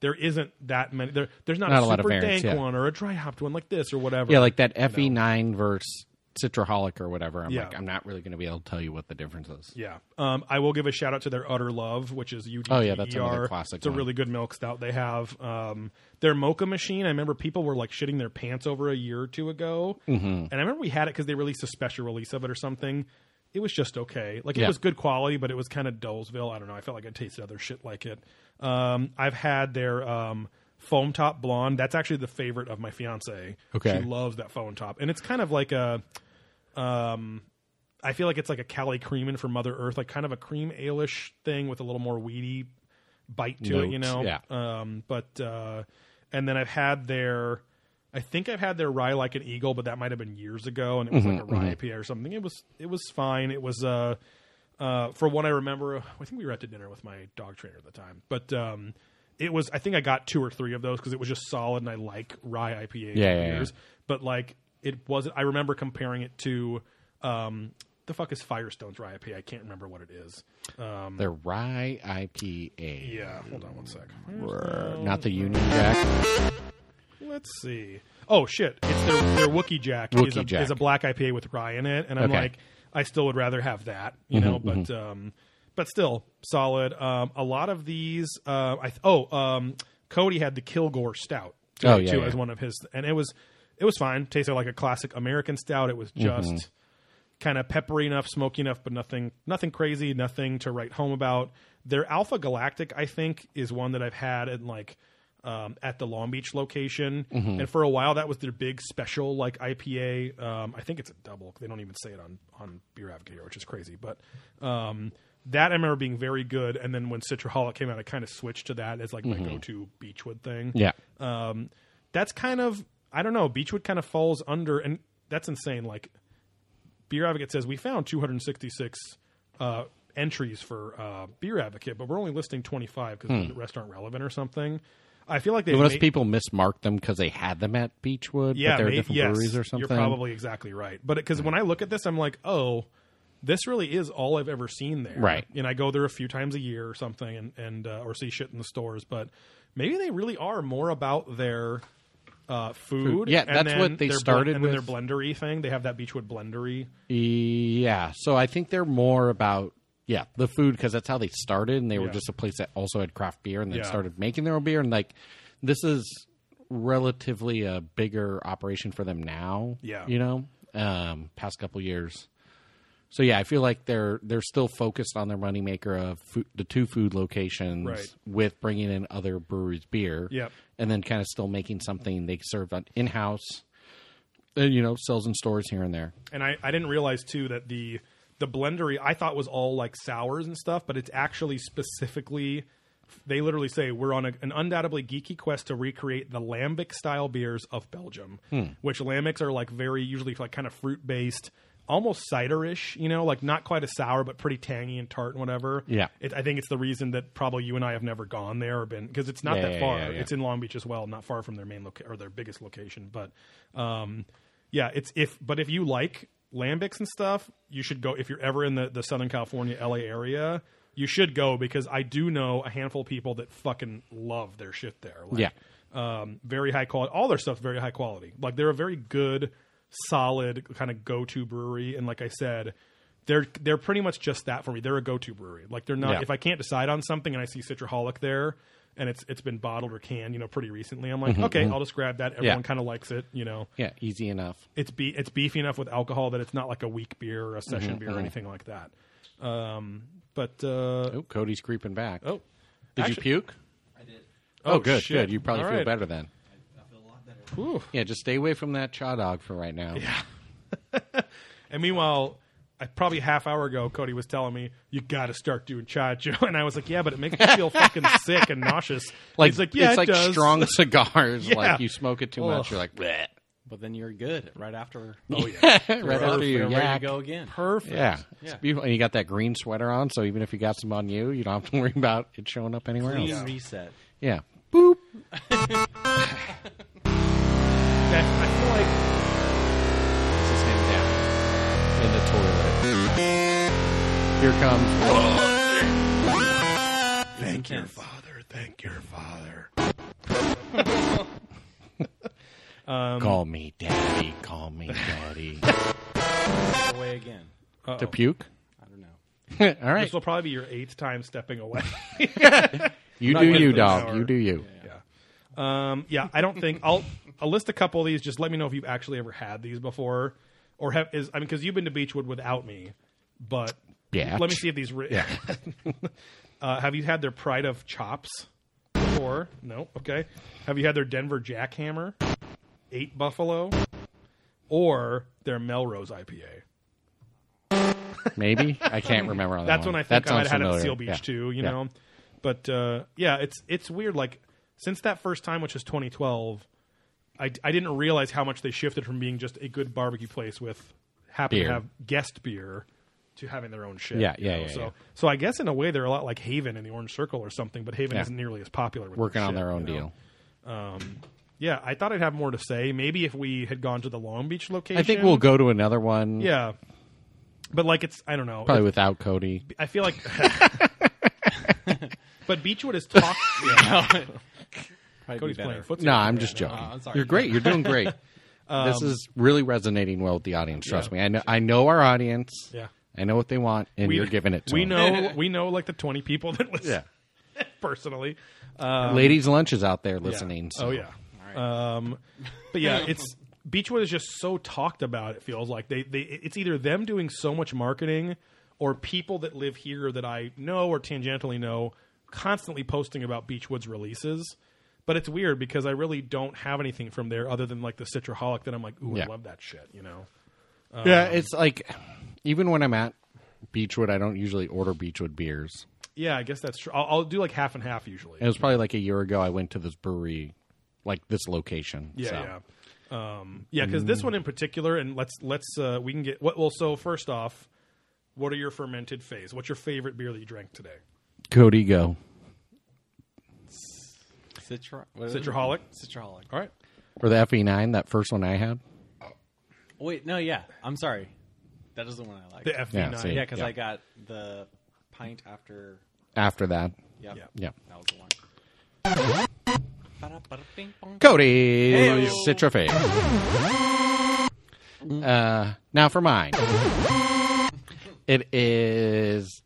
there isn't that many. There, there's not, a Not a lot of super variants, dank yeah. one or a dry hopped one like this or whatever. Yeah, like that FE9 verse Citraholic or whatever. I'm Yeah. like, I'm not really going to be able to tell you what the difference is. Yeah. Um, I will give a shout out to their Utter Love, which is UDTER. Oh, yeah, that's another classic E It's a one. really good milk stout they have. Um, their Mocha Machine, I remember people were like shitting their pants over a year or two ago. Mm-hmm. And I remember we had it because they released a special release of it or something. It was just okay. Like, it Yeah. was good quality, but it was kind of Dolesville. I don't know. I felt like I tasted other shit like it. Um, I've had their um, Foam Top Blonde. That's actually the favorite of my fiance. Okay. She loves that Foam Top. And it's kind of like a. I feel like it's like a Cali Creamin' for Mother Earth, like kind of a cream aleish thing with a little more weedy bite to it, you Notes, know. yeah. Um, but uh, and then I've had their, I think I've had their rye like an eagle, but that might have been years ago, and it was Mm-hmm, like a rye IPA or something. It was it was fine. It was uh, uh, for what I remember, I think we were out to dinner with my dog trainer at the time, but um, it was I think I got two or three of those because it was just solid, and I like rye IPA Yeah, yeah, beers, but like it wasn't. I remember comparing it to. Um, the fuck is Firestone's rye IPA? I can't remember what it is. Um, They're rye IPA. Yeah, hold on one sec. Not the Union Jack. Let's see. Oh shit! It's their their Wookie Jack, is, Wookiee a, Jack. is a black IPA with rye in it, and I'm Okay. Mm-hmm, like, I still would rather have that, you know. But um, but still solid. Um, a lot of these. Uh, I th- oh um, Cody had the Kilgore Stout. Oh, today, yeah, too, yeah. as one of his, and it was it was fine. Tasted like a classic American stout. It was Mm-hmm. just. kind of peppery enough, smoky enough, but nothing nothing crazy, nothing to write home about. Their Alpha Galactic, I think, is one that I've had in like um, at the Long Beach location, and for a while that was their big special like IPA. Um, I think it's a double. They don't even say it on on Beer Advocate here, which is crazy. But um, that I remember being very good. And then when Citraholic came out, I kind of switched to that as like my go to Beechwood thing Yeah. um, that's kind of I don't know. Beechwood kind of falls under, and that's insane. Like Beer Advocate says, we found 266 uh, entries for uh, Beer Advocate, but we're only listing 25 because the rest aren't relevant or something. I feel like they Unless made- people mismarked them because they had them at Beechwood, yeah, but they're may- different yes, breweries or something. You're probably exactly right. But because when I look at this, I'm like, oh, this really is all I've ever seen there. Right. And I go there a few times a year or something, and and uh, or see shit in the stores. But maybe they really are more about their. Uh, food, Yeah, and that's then what they their blen- started and with. Then their blendery thing, they have that Beechwood blendery. Yeah. So I think they're more about yeah the food because that's how they started, and they were Yeah. just a place that also had craft beer, and then Yeah. started making their own beer. And like this is relatively a bigger operation for them now. Yeah. You know, um, past couple years. So yeah, I feel like they're they're still focused on their moneymaker of food, the two food locations Right. with bringing in other breweries beer, Yep. and then kind of still making something they served on in house, and you know sells in stores here and there. and I, I didn't realize too that the the blendery I thought was all like sours and stuff, but it's actually specifically they literally say we're on a, an undoubtedly geeky quest to recreate the lambic style beers of Belgium, Hmm. which lambics are like very usually like kind of fruit based, almost ciderish, you know, like not quite a sour but pretty tangy and tart and whatever. Yeah. it, I think it's the reason that probably you and I have never gone there or been because it's not Yeah, that yeah, far. yeah, yeah. It's in Long Beach as well, not far from their main loca- or their biggest location. But um, yeah, it's if but if you like lambics and stuff, you should go. If you're ever in the, the Southern California LA area, you should go because I do know a handful of people that fucking love their shit there. Like, Yeah. um, very high quality. All their stuff's very high quality. Like they're a very good, solid kind of go to brewery. And like I said. They're they're pretty much just that for me. They're a go to brewery. Like they're not. Yeah. If I can't decide on something and I see Citraholic there, and it's it's been bottled or canned, you know, pretty recently, I'm Mm-hmm, like, okay, I'll just grab that. Everyone kind of likes it, you know Yeah, easy enough. it's be it's beefy enough with alcohol that it's not like a weak beer Mm-hmm, or a session beer or anything like that. Um, but uh, Oh, Cody's creeping back. oh, did actually- you puke? I did. Oh, Oh, good, shit. good. You probably All feel right. better then. I feel a lot better. whew. Yeah, just stay away from that chaw dog for right now. and meanwhile, I, probably a half hour ago, Cody was telling me you got to start doing chacho, *laughs* and I was like, yeah, but it makes me *laughs* feel fucking sick and nauseous. Like, He's like, yeah, it's it like does. strong *laughs* cigars. Yeah. Oh. Like you smoke it too much, Ugh. *laughs* you're like "Bleh," But then you're good right after. Oh yeah, right after you're your ready to yak. go again. perfect. Yeah, it's Yeah. beautiful. And you got that green sweater on, so even if you got some on you, you don't have to *laughs* worry about it showing up anywhere Clean else. reset. Yeah, That- I feel like It's just him down in the toilet. Here comes. Thank you. father, thank your father. Oh, Um, call me daddy. *laughs* Call me daddy. Away again. to puke. *laughs* I don't know. All right, This will probably be your eighth time stepping away. you not do gonna you, take a dog. shower. You do you. Yeah. Um, yeah, I don't think I'll I'll list a couple of these. Just let me know if you've actually ever had these before, or have is I mean because you've been to Beechwood without me, but Yeah. let me see if these. Ri- *laughs* uh, have you had their Pride of Chops before? No. Okay. Have you had their Denver Jackhammer, Eight Buffalo, or their Melrose IPA? Maybe I can't remember on that. That's one. when I *laughs* That think I might sounds have had it at familiar. Seal Beach Yeah. too. You Yeah. know, But uh, yeah, it's it's weird. Like since that first time, which is 2012, I, I didn't realize how much they shifted from being just a good barbecue place with happy Beer. to have guest beer to having their own shit. Yeah, you yeah, know? yeah, So yeah. so I guess in a way they're a lot like Haven in the Orange Circle or something, but Haven Yeah. isn't nearly as popular. With working their on shit, their own you know? deal. Yeah, I thought I'd have more to say. Maybe if we had gone to the Long Beach location, I think we'll go to another one. Yeah, but like it's I don't know. Probably *laughs* without Cody. I feel like. but Beechwood is talk. Yeah, Cody's playing footsie. No, I'm just joking. Uh, I'm sorry. You're great. You're *laughs* doing great. Um, this is really resonating well with the audience. Trust me. I know. I know our audience. Yeah. I know what they want, and We- you're giving it to we them. know. We know like the twenty people that listen Yeah. *laughs* personally. Ladies' lunch is out there um, Yeah. listening. So. Oh yeah. Um, but yeah, it's Beechwood is just so talked about. It feels like they they it's either them doing so much marketing or people that live here that I know or tangentially know constantly posting about Beechwood's releases. But it's weird because I really don't have anything from there other than like the Citraholic that I'm like, ooh, I Yeah. love that shit. You know. Yeah, Um, it's like even when I'm at Beechwood, I don't usually order Beechwood beers. Yeah, I guess that's true. I'll, I'll do like half and half usually. It was probably like a year ago. I went to this brewery, like this location. Yeah, so. yeah, um, yeah. Because this one in particular, and let's let's uh, we can get what. Well, so first off, what are your fermented phase? What's your favorite beer that you drank today? Cody, go. Citra, what is it? Citraholic. Citraholic. All right. For the FE9, that first one I had. Wait, no, yeah. I'm sorry. That is the one I like. The FV9. Yeah, see. yeah, because Yeah. I got the pint after. After that, Yeah. Yeah. yeah. That was the one. Ba-da-ba-da-bing-bong. Cody Hey-o. Citrafe. Uh, now for mine, it is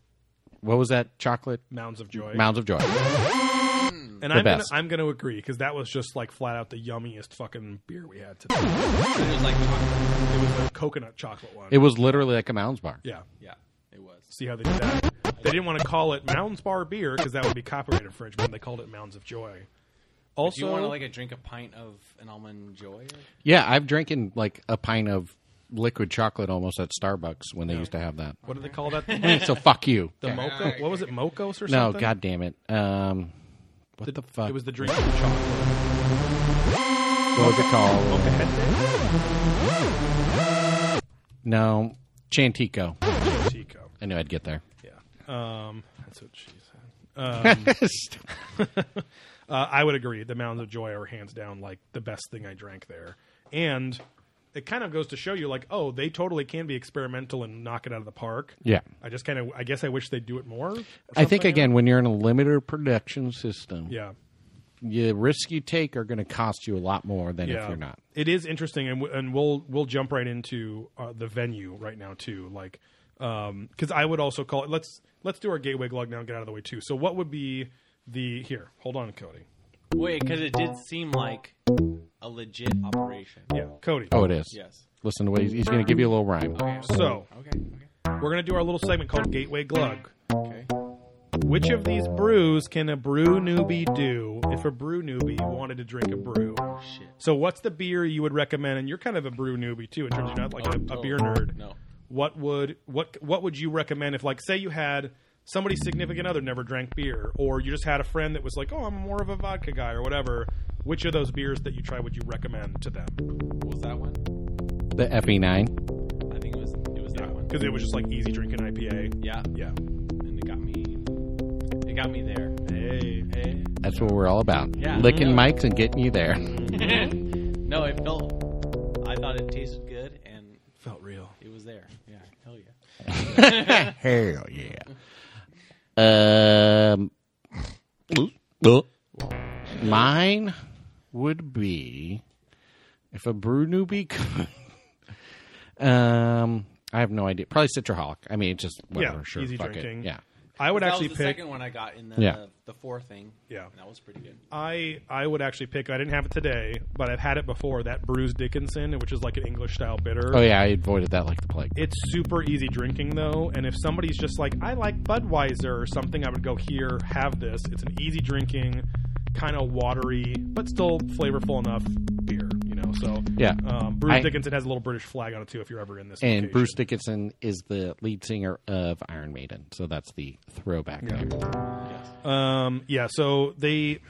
what was that chocolate Mounds of Joy. mounds of joy? and I'm gonna, best. I'm gonna agree because that was just like flat out the yummiest fucking beer we had today. It was like chocolate. It was the coconut chocolate one. It was literally like a mounds bar. yeah. Yeah, it was. See how they did that? They didn't want to call it Mounds Bar beer because that would be copyright infringement. They called it Mounds of Joy. Also, Do you want to like a drink a pint of an almond joy? Yeah, I've drinking like a pint of liquid chocolate almost at Starbucks when they used to have that. what do they call *laughs* that? so fuck you. *laughs* The mocha? What was it? Mocos or no, something? god damn it. Um, what the, fuck? It was the drink of chocolate. what was it called? Mocha No, Chantico. head Tico. I knew I'd get there. Yeah. Um, that's what she said. Uh, I would agree. The Mounds of Joy are hands down like the best thing I drank there. And it kind of goes to show you like, oh, they totally can be experimental and knock it out of the park. yeah. I just kind of, I guess I wish they'd do it more. or I think something. again, when you're in a limited production system, Yeah. the risks you take are going to cost you a lot more than Yeah. if you're not. It is interesting. And, w- and we'll, we'll jump right into uh, the venue right now too. Like, um, cause I would also call it, let's, let's do our gateway glug now and get out of the way too. So what would be the, here, hold on Cody. Wait, because it did seem like a legit operation. Yeah. Cody. Oh, it is. Yes. Listen to what he's, he's going to give you a little rhyme. So Okay. we're going to do our little segment called gateway glug. Okay. Okay. Which of these brews can a brew newbie do if a brew newbie wanted to drink a brew? Shit. So, what's the beer you would recommend? And you're kind of a brew newbie too, in terms of you're not like a, a Oh, beer nerd. No. What would what what would you recommend if, like, say you had somebody's significant other never drank beer, or you just had a friend that was like, "Oh, I'm more of a vodka guy" or whatever? Which of those beers that you try would you recommend to them? What was that one? The E FE9. I think it was. It was that one. Because it was just like easy drinking IPA. Yeah. Yeah. And it got me. It got me there. Hey. Eh. That's what we're all about. Yeah. Licking Yeah. mics and getting you there. no, it felt. I thought it tasted good, and Felt real. it was there. Yeah, hell yeah. Hell yeah. Um, mine would be if a brew newbie. *laughs* could- um, I have no idea. Probably Citraholic. I mean, it's just whatever. Yeah. sure, easy fuck it. drinking. Yeah. I would that actually was the pick. second one I got in the Yeah. the four thing. Yeah. and that was pretty good. I I would actually pick. I didn't have it today, but I've had it before. That Bruce Dickinson, which is like an English style bitter. Oh yeah, I avoided that like the plague. It's super easy drinking though, and if somebody's just like, I like Budweiser or something, I would go here, have this. It's an easy drinking, kind of watery, but still flavorful enough beer. You know, so Yeah. Um, Bruce I- Dickinson has a little British flag on it too. If you're ever in this, and location. Bruce Dickinson is the lead singer of Iron Maiden, so that's the throwback. there. Yes. Um, yeah, so they,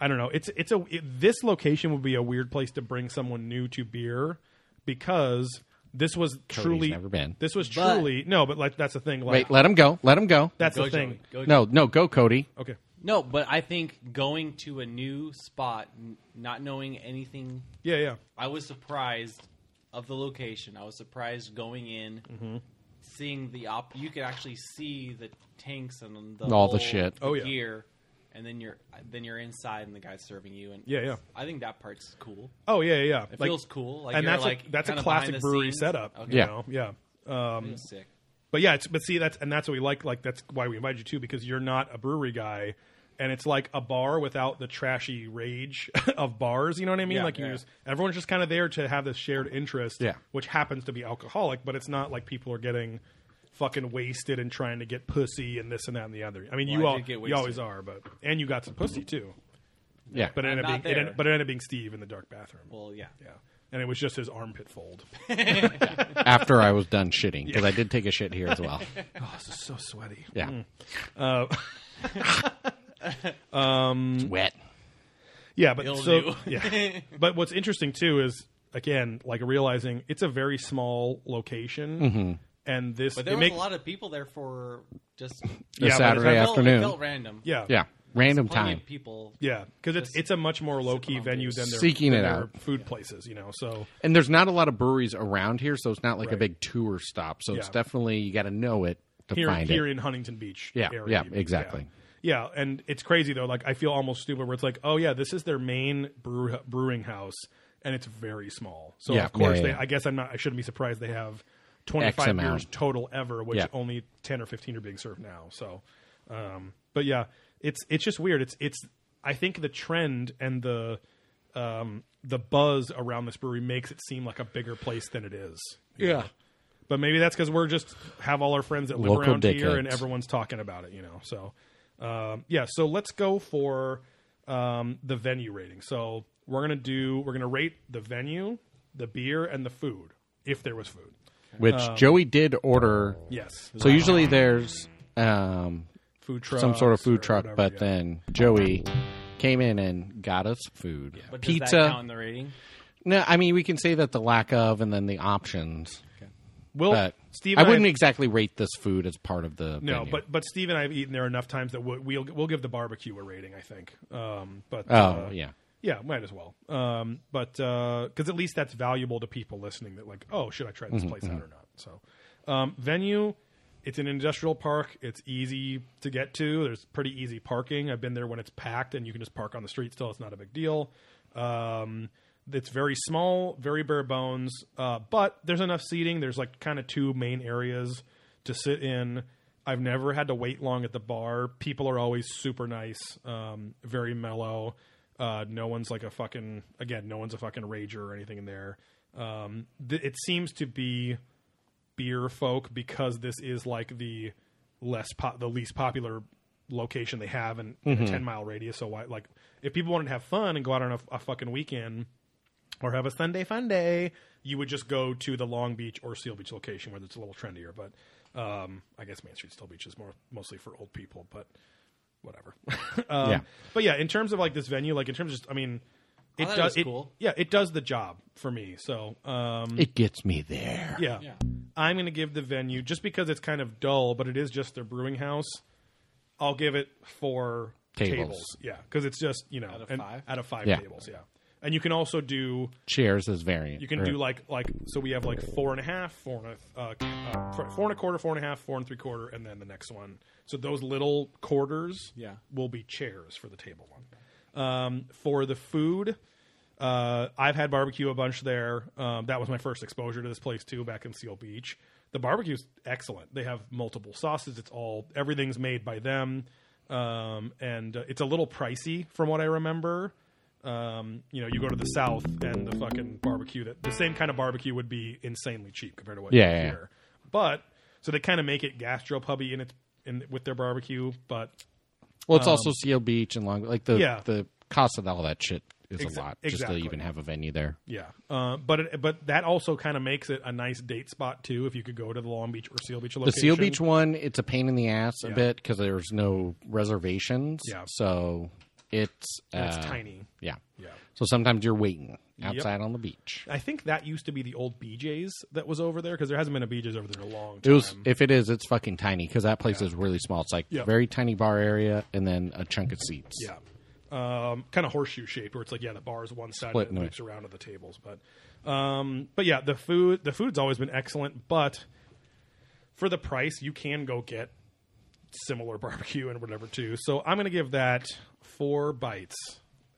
I don't know. It's it's a it- this location would be a weird place to bring someone new to beer because this was truly never been. This was But- truly no, but like that's the thing. Like, Wait, let him go. Let him go. that's Go, the thing. Joey. Go, no, no, go, Cody. Okay, No, but I think going to a new spot, n- not knowing anything, yeah, yeah. I was surprised of the location. I was surprised going in, Mm-hmm. seeing the op. You could actually see the tanks and the All the whole shit. Oh, yeah. gear, and then you're then you're inside and the guy's serving you. And Yeah, yeah. I think that part's cool. Oh yeah, yeah, yeah. It Like- feels cool. Like and you're, that's like a, that's a kinda behind classic the brewery scenes. setup. Okay. you Yeah. know? yeah. Um, Feels sick. But yeah, it's but see that's and that's what we like. Like that's why we invited you too because you're not a brewery guy, and it's like a bar without the trashy rage *laughs* of bars. You know what I mean? Yeah, like you yeah. just everyone's just kind of there to have this shared interest, Yeah. which happens to be alcoholic, but it's not like people are getting fucking wasted and trying to get pussy and this and that and the other. I mean, Well, you I all did get you wasted. always are, but and you got some pussy too. Yeah, But it I'm ended up not being it there. ended, but it ended up being Steve in the dark bathroom. Well, yeah. yeah, and it was just his armpit fold. *laughs* after I was done shitting because I did take a shit here as well. oh, this is so sweaty. Yeah. Hmm. Uh, *laughs* um, it's wet. Yeah, but It'll so do. *laughs* yeah. But what's interesting too is again like realizing it's a very small location, Mm-hmm. and this But there it was make- a lot of people there for just Yeah, The by the time- Saturday It It felt- afternoon. It felt random. yeah yeah, random Plenty time. of people. yeah because it's Just it's a much more low key on venue beers. than their, Seeking than it their out. food places, you know. So And there's not a lot of breweries around here, so it's not like a Right. big tour stop. So it's Yeah. definitely you got to know it to here find here it. in Huntington Beach, Yeah, area, yeah, even. exactly. Yeah. Yeah, and it's crazy though. Like I feel almost stupid where it's like, oh yeah, this is their main brew- brewing house, and it's very small. So Yeah, of course, yeah, they, yeah. I guess I'm not. I shouldn't be surprised they have 25 amount. beers total ever, which Yeah. only 10 or 15 are being served now. So, um, but yeah, it's it's just weird. It's it's I think the trend and the um, the buzz around this brewery makes it seem like a bigger place than it is. you Yeah. know? But maybe that's because we're just have all our friends that live Local around here and dickheads. everyone's talking about it, you know. So, um, yeah. So let's go for um, the venue rating. So we're gonna do we're gonna rate the venue, the beer, and the food if there was food. Which Um, Joey did order. Yes. So usually there's um, Food truck. some sort of food truck, but then Joey came in and got us food, But does pizza. That count in the rating. No, I mean we can say that the lack of and then the options. Will But Steve? I and wouldn't exactly rate this food as part of the no, menu. but but Steve and I have eaten there enough times that we'll we'll, we'll give the barbecue a rating. I think. Um, but oh uh, yeah, Yeah, might as well. Um, but because at least that's valuable to people listening. That like, oh, should I try this place out or not? So, um, venue, it's an industrial park. It's easy to get to. There's pretty easy parking. I've been there when it's packed, and you can just park on the street. Still, it's not a big deal. Um, it's very small, very bare bones, uh, but there's enough seating. There's like kind of two main areas to sit in. I've never had to wait long at the bar. People are always super nice, um, very mellow. Uh, no one's like a fucking again. No one's a fucking rager or anything in there. Um, th- it seems to be beer folk because this is like the less po- the least popular location they have in, in a ten mile radius. So why like if people wanted to have fun and go out on a, a fucking weekend or have a Sunday fun day, you would just go to the Long Beach or Seal Beach location where it's a little trendier. But um, I guess Main Street Seal Beach is more mostly for old people, but whatever. *laughs* um, Yeah. But yeah, in terms of like this venue, like in terms of just, I mean, it Oh, that does was it, cool. Yeah, it does the job for me. So um, it gets me there. yeah. I'm going to give the venue just because it's kind of dull, but it is just their brewing house. I'll give it four Tables. tables. Yeah, because it's just you know out of five? out of five Yeah. tables. Yeah, and you can also do Chairs is variant. you can or- do like like so we have like four and a half, four and a, uh, uh, four- four and a quarter, four and a half, four and three quarter, and then the next one. So those little quarters, Yeah. will be chairs for the table one. Um, for the food, uh, I've had barbecue a bunch there. Um, that was my first exposure to this place too, back in Seal Beach. The barbecue's excellent. They have multiple sauces. It's all everything's made by them, um, and uh, it's a little pricey from what I remember um, you know, you go to the south and the fucking barbecue that the same kind of barbecue would be insanely cheap compared to what Yeah, you get yeah, yeah. here. But so they kind of make it gastropubby in its in with their barbecue, but Well, it's also Seal Beach and Long. Like the um, Yeah. the cost of all that shit is Exa- a lot just to exactly. even have a venue there. Yeah, uh, but it, but that also kind of makes it a nice date spot too. If you could go to the Long Beach or Seal Beach The location, Seal Beach one, it's a pain in the ass a Yeah. bit because there's no reservations. Yeah. So it's and it's uh, tiny. Yeah. Yeah. So sometimes you're waiting outside on the beach. I think that used to be the old BJ's that was over there because there hasn't been a BJ's over there in a long It time. was if it is, it's fucking tiny because that place is really small. It's like Yep. very tiny bar area and then a chunk of seats. yeah, um, kind of horseshoe shaped where it's like yeah, the bar is one side Split and it in loops around to the tables. But um, but yeah, the food the food's always been excellent, but for the price, you can go get similar *laughs* barbecue and whatever too. So I'm gonna give that four bites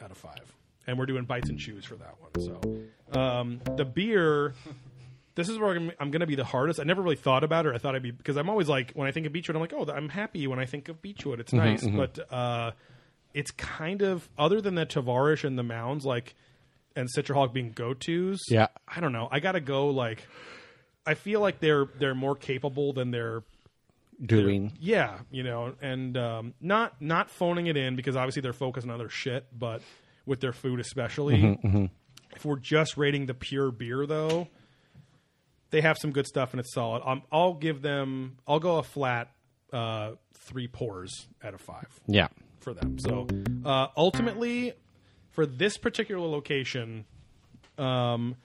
out of five, and we're doing bites and chews for that one. So um, the beer. This is where I'm, I'm going to be the hardest. I never really thought about it. I thought I'd be because I'm always like when I think of Beechwood, I'm like, oh, I'm happy when I think of Beechwood. It's nice, but uh, it's kind of other than the Tavarish and the Mounds, like and Citraholic being go tos. Yeah. I don't know. I got to go like. I feel like they're they're more capable than they're Doing yeah, you know, and um, not not phoning it in because obviously they're focused on other shit, but with their food especially. If we're just rating the pure beer though, they have some good stuff and it's solid. Um, I'll give them. I'll go a flat uh, three pours out of five yeah. for them. So uh, ultimately, for this particular location, um,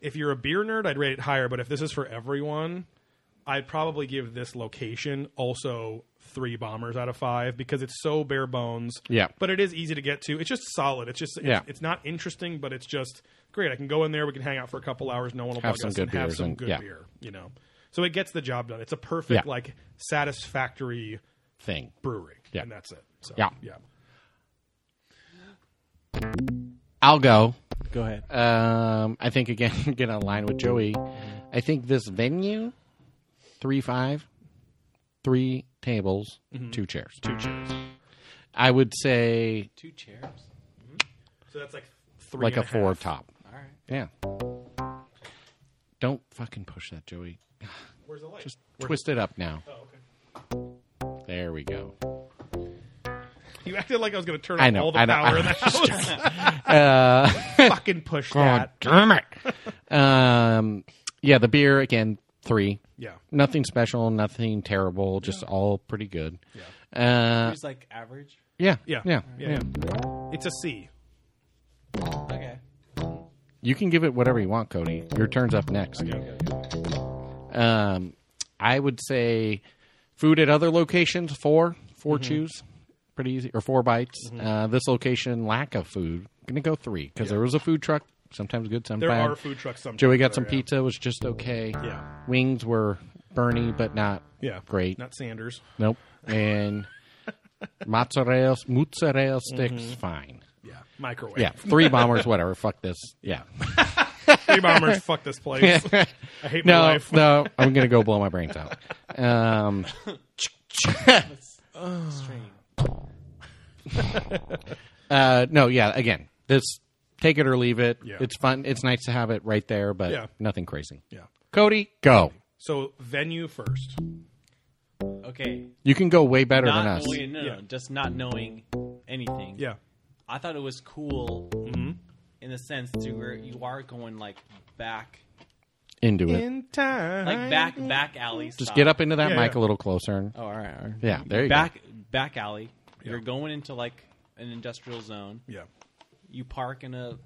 if you're a beer nerd, I'd rate it higher. But if this is for everyone, I'd probably give this location also three bombers out of five because it's so bare bones. Yeah. but it is easy to get to. It's just solid. It's just it's, Yeah. it's not interesting, but it's just great. I can go in there. We can hang out for a couple hours. No one will Have bug some us good and have beers some and- good yeah. beer. You know, so it gets the job done. It's a perfect Yeah. like satisfactory Thing. brewery. Yeah. and that's it. So, Yeah. yeah. I'll go. Go ahead. Um, I think again, *laughs* get on line with Joey. I think this venue, three five, three tables, two chairs. Two chairs. I would say Two chairs. So that's like three like a, and four half. top. All right. Yeah. Don't fucking push that, Joey. Where's the light? Just twist it up now. Oh, okay. There we go. You acted like I was going to turn I off know, all the I know, power I *laughs* in the house. Fucking push God that. damn *laughs* it. um, yeah, the beer again, three. Yeah. Nothing special, nothing terrible, just all pretty good. Yeah. Uh, Who's like average? yeah, Yeah. yeah, Yeah. It's a C. Okay. You can give it whatever you want, Cody. Your turn's up next. Um, I would say food at other locations four, 4 Mm-hmm. chews, pretty easy, or four bites. Uh, this location lack of food. Gonna go three because there was a food truck. Sometimes good, sometimes There bad. are food trucks sometimes. Joey got that some are, yeah. pizza. Was just okay. Yeah. Wings were Bernie, but not Yeah. great. Not Sanders. Nope. *laughs* And mozzarella mozzarella Mm-hmm. sticks fine. Yeah. Microwave. Yeah, three bombers, whatever. Fuck this. *laughs* Yeah. Three bombers. *laughs* Fuck this place. I hate No, my life. no, I'm gonna go blow my brains out. *laughs* Um, Stream. uh, no, yeah. Again, this take it or leave it. Yeah. It's fun. It's nice to have it right there, but Yeah. nothing crazy. Yeah. Cody, go. So venue first. Okay. You can go way better than Not us. knowing, no, no, Yeah. just not knowing anything. Yeah. Mm-hmm. I thought it was cool in the sense to where you are going like back, Into it. In time. like back, back alley. Just style. get up into that Yeah, mic yeah. a little closer. And, Oh, all right, all right. yeah, there you back, go. back alley. Yeah. You're going into like an industrial zone. Yeah. You park in a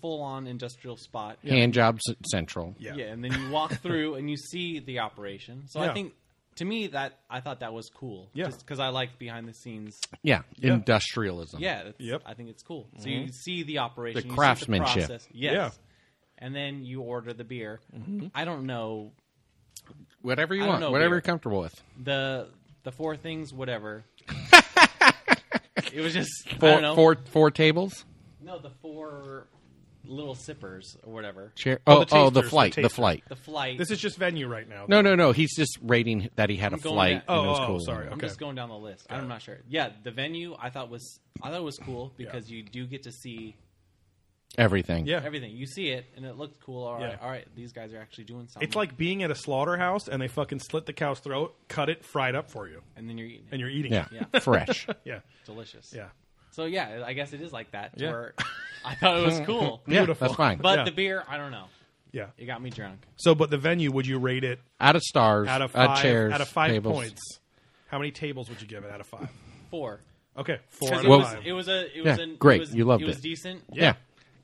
full-on industrial spot. Hand jobs central. Yeah. Yeah, and then *laughs* you walk through and you see the operation. So Yeah. I think to me that I thought that was cool. Yeah. Just because I like behind the scenes. Yeah, industrialism. Yeah. That's, Yep. I think it's cool. So you see the operation, Mm-hmm. The you see craftsmanship. process. Yes. Yeah. And then you order the beer. Mm-hmm. I don't know whatever you I don't want, know, whatever beer. you're comfortable with. the the four things, whatever. *laughs* it was just I don't Four, know. four, four tables. No, the four little sippers or whatever. Chair. Oh, Oh, the oh, the, tasters, the flight, the, tasters. flight. The flight. This is just venue right now. No, no, no. He's just rating that he had a I'm going flight. back. and it Oh, was oh, cool. sorry. I'm Okay. just going down the list. I'm not sure. Yeah, the venue I thought was I thought it was cool because you do get to see Everything. Yeah. everything. You see it and it looked cool. All right, Yeah. all right. These guys are actually doing something. It's like being at a slaughterhouse and they fucking slit the cow's throat, cut it, fried up for you, and then you're eating. and you're eating Yeah. *laughs* it. *laughs* Yeah. Fresh. Yeah. Delicious. Yeah. So yeah, I guess it is like that. Yeah. Where I thought *laughs* it was cool. Beautiful. Yeah, that's fine. But Yeah. the beer, I don't know. Yeah. It got me drunk. So, but the venue, would you rate it out of stars, out of five? Uh, chairs, out of five tables. points. How many tables would you give it out of five? Four. Okay, four 'Cause out It of Well- was, five. it was a. It Yeah, was an, great. It was, You loved it. was it. decent. Yeah,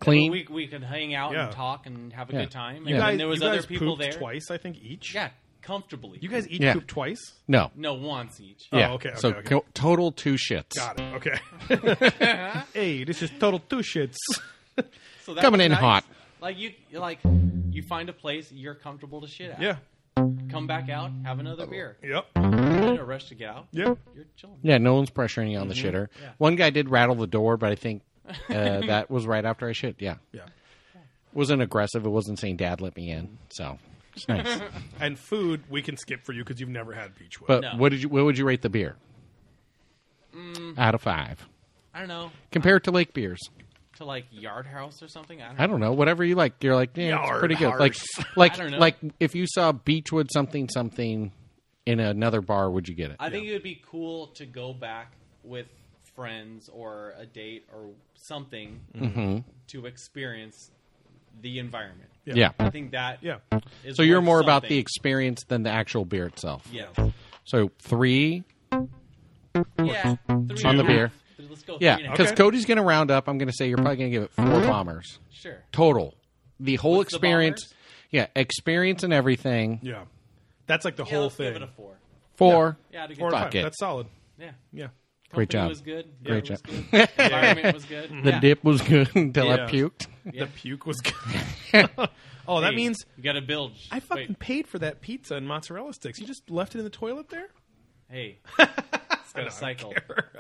clean. We we could hang out Yeah. and talk and have a Yeah. good time. You You And guys, then there was you other guys people pooped there. twice, I think each. Yeah, comfortably. you guys each Yeah. pooped twice. no, no once each. yeah. Oh, okay, okay, so okay. co- total two shits. Got it. Okay. *laughs* hey, this is total two shits. So that Coming was in nice. hot. Like you like you find a place you're comfortable to shit at. Yeah. Oh. Come back out, have another beer. Yep. You're Mm-hmm. in a rush to get out. Yep. You're chilling. Yeah, no one's pressuring you on Mm-hmm. the shitter. One guy did rattle the door, but I *laughs* think uh, that was right after I shit. Yeah, Yeah. wasn't aggressive. It wasn't saying "Dad, let me in." So it's nice. And food we can skip for you because you've never had Beechwood. *laughs* But No. what did you? What would you rate the beer? Mm. Out of five, I don't know. compared to lake beers. To like Yard House or something. I don't know. I don't know. Whatever you like, you're like, yeah, it's Yard pretty good. Like, horse. *laughs* like, I don't know. like, if you saw Beechwood something something in another bar, would you get it? I think it would be cool to go back with friends or a date or something to experience the environment. Mm-hmm. yeah. I think that yeah. is So you're worth more about the something. experience than the actual beer itself. yeah. So three, Yeah. Three On and the a beer. half. Let's go. yeah, three and a because Okay. Cody's going to round up. I'm going to say you're probably going to give it four bombers half. Sure. total. The whole With the experience, bombers? yeah, experience and everything. Yeah. That's like the Yeah, whole let's thing. give it a four. Four, Yeah, to get Four out of Fuck five. it. That's solid. Yeah. Yeah. Great Company job. Was good. Great Beer was job. good. Environment was good. *laughs* the Yeah. dip was good *laughs* until Yeah. I puked. Yeah. The puke *laughs* was good. *laughs* oh, that Hey, means you got to bilge. I fucking Wait, paid for that pizza and mozzarella sticks. You just left it in the toilet there? *laughs* hey. It's got a cycle.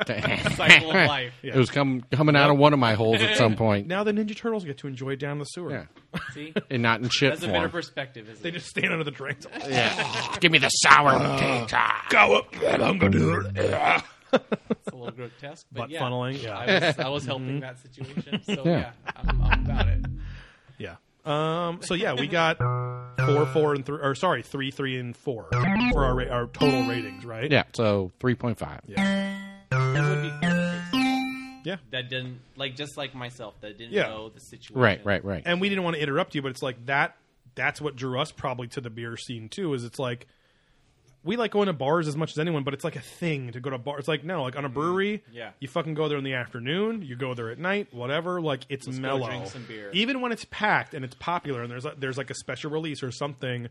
Cycle of life. *laughs* It was come, coming out of one of my holes at some *laughs* point. Now the Ninja Turtles get to enjoy it down the sewer. Yeah. *laughs* See, And not in shit that's a better form. perspective. Isn't They it? just stand under the *laughs* drains. all- Give me the sour Oh, Ah. cake. Go up there, uh, I'm gonna do it. It's a little grotesque, but Butt yeah, funneling, Mm-hmm. yeah. I was, I was helping that situation, so yeah, Yeah. I'm, I'm about it. Yeah. Um. So yeah, we got four, four, and three. Or sorry, three, three, and four for our ra- our total ratings, right? Yeah, so 3.5. It would be cool if it's- Yeah. that didn't like just like myself that didn't Yeah. know the situation. Right, right, right. And we didn't want to interrupt you, but it's like that. That's what drew us probably to the beer scene too. Is it's like we like going to bars as much as anyone, but it's like a thing to go to bars. It's like no, like on a brewery, Mm, Yeah. you fucking go there in the afternoon, you go there at night, whatever. Like it's go mellow. drink some beer. Even when it's packed and it's popular, and there's a, there's like a special release or something.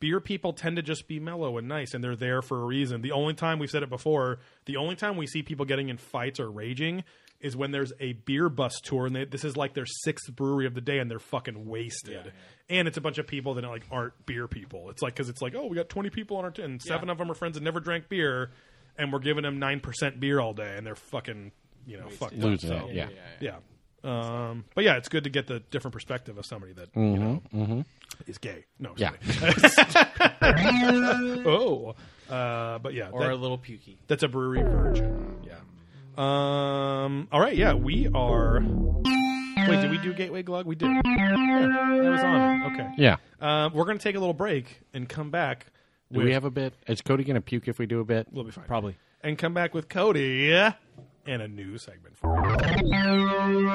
Beer people tend to just be mellow and nice, and they're there for a reason. The only time we've said it before, the only time we see people getting in fights or raging is when there's a beer bus tour, and they, this is like their sixth brewery of the day, and they're fucking wasted. And it's a bunch of people that like aren't beer people. It's like because it's like oh, we got twenty people on our t- and seven Yeah. of them are friends that never drank beer, and we're giving them nine percent beer all day, and they're fucking you know fucked up. Losing So, it, yeah. yeah. Um, but yeah, it's good to get the different perspective of somebody that you know is gay. No, Mm-hmm, Yeah. sorry. *laughs* oh, uh, but yeah, or that- a little pukey. that's a brewery version. Yeah. Um. All right. Yeah, we are. Wait, did we do Gateway Glug? We did. Yeah, that was on. it. Okay. Yeah. Um, we're gonna take a little break and come back. Do we have a bit? Is Cody going to puke if we do a bit? We'll be fine. Probably. And come back with Cody and a new segment for you.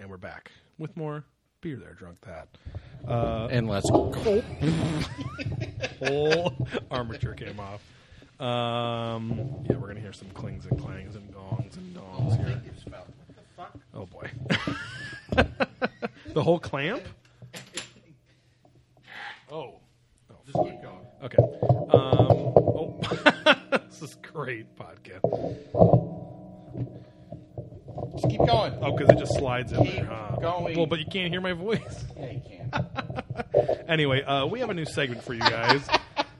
And we're back with more beer. There, drunk that. Uh, And let's. whole *laughs* armature came off. Um, yeah, we're gonna hear some clings and clangs and gongs and dongs here. Oh boy, *laughs* the whole clamp. Oh, oh, fuck. okay. Um, oh, *laughs* this is great podcast. Just keep going. Oh, because it just slides in there. Keep Huh? going. Well, but you can't hear my voice. Yeah, you can. Anyway, uh, we have a new segment for you guys.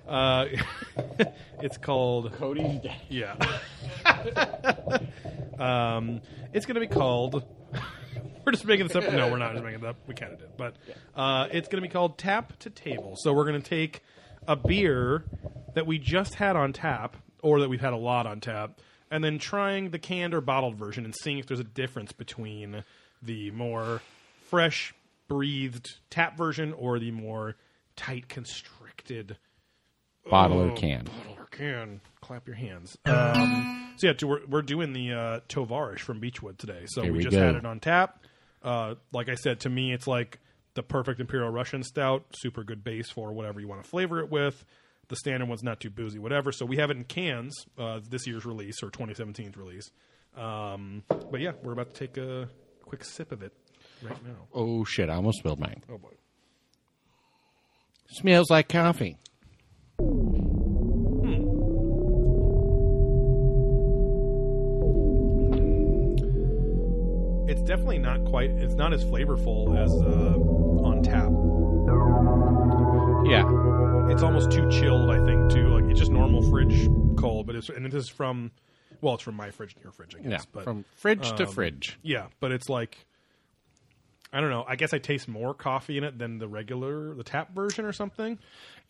uh, *laughs* it's called Cody's dad. Yeah. *laughs* um, it's going to be called. *laughs* we're just making this up. No, we're not just making it up. We kind of did, but uh, it's going to be called Tap to Table. So we're going to take a beer that we just had on tap, or that we've had a lot on tap, and then trying the canned or bottled version and seeing if there's a difference between the more fresh, breathed tap version or the more tight, constricted bottle or can. Bottle or can. Clap your hands. Um, so yeah, to, we're, we're doing the uh, Tovarish from Beechwood today. So Here we, we just go. had it on tap. Uh, like I said, to me, it's like the perfect Imperial Russian stout. Super good base for whatever you want to flavor it with. The standard one's not too boozy, whatever. So we have it in cans. Uh, this year's release or 2017's release. Um, but yeah, we're about to take a quick sip of it right now. Oh shit! I almost spilled mine. Oh boy. Smells like coffee. it's definitely not quite it's not as flavorful as uh, on tap Yeah. it's almost too chilled i think too like it's just normal fridge cold but it's and it is from well it's from my fridge and your fridge i guess Yeah. but From fridge Um, to fridge. yeah but it's like i don't know i guess i taste more coffee in it than the regular the tap version or something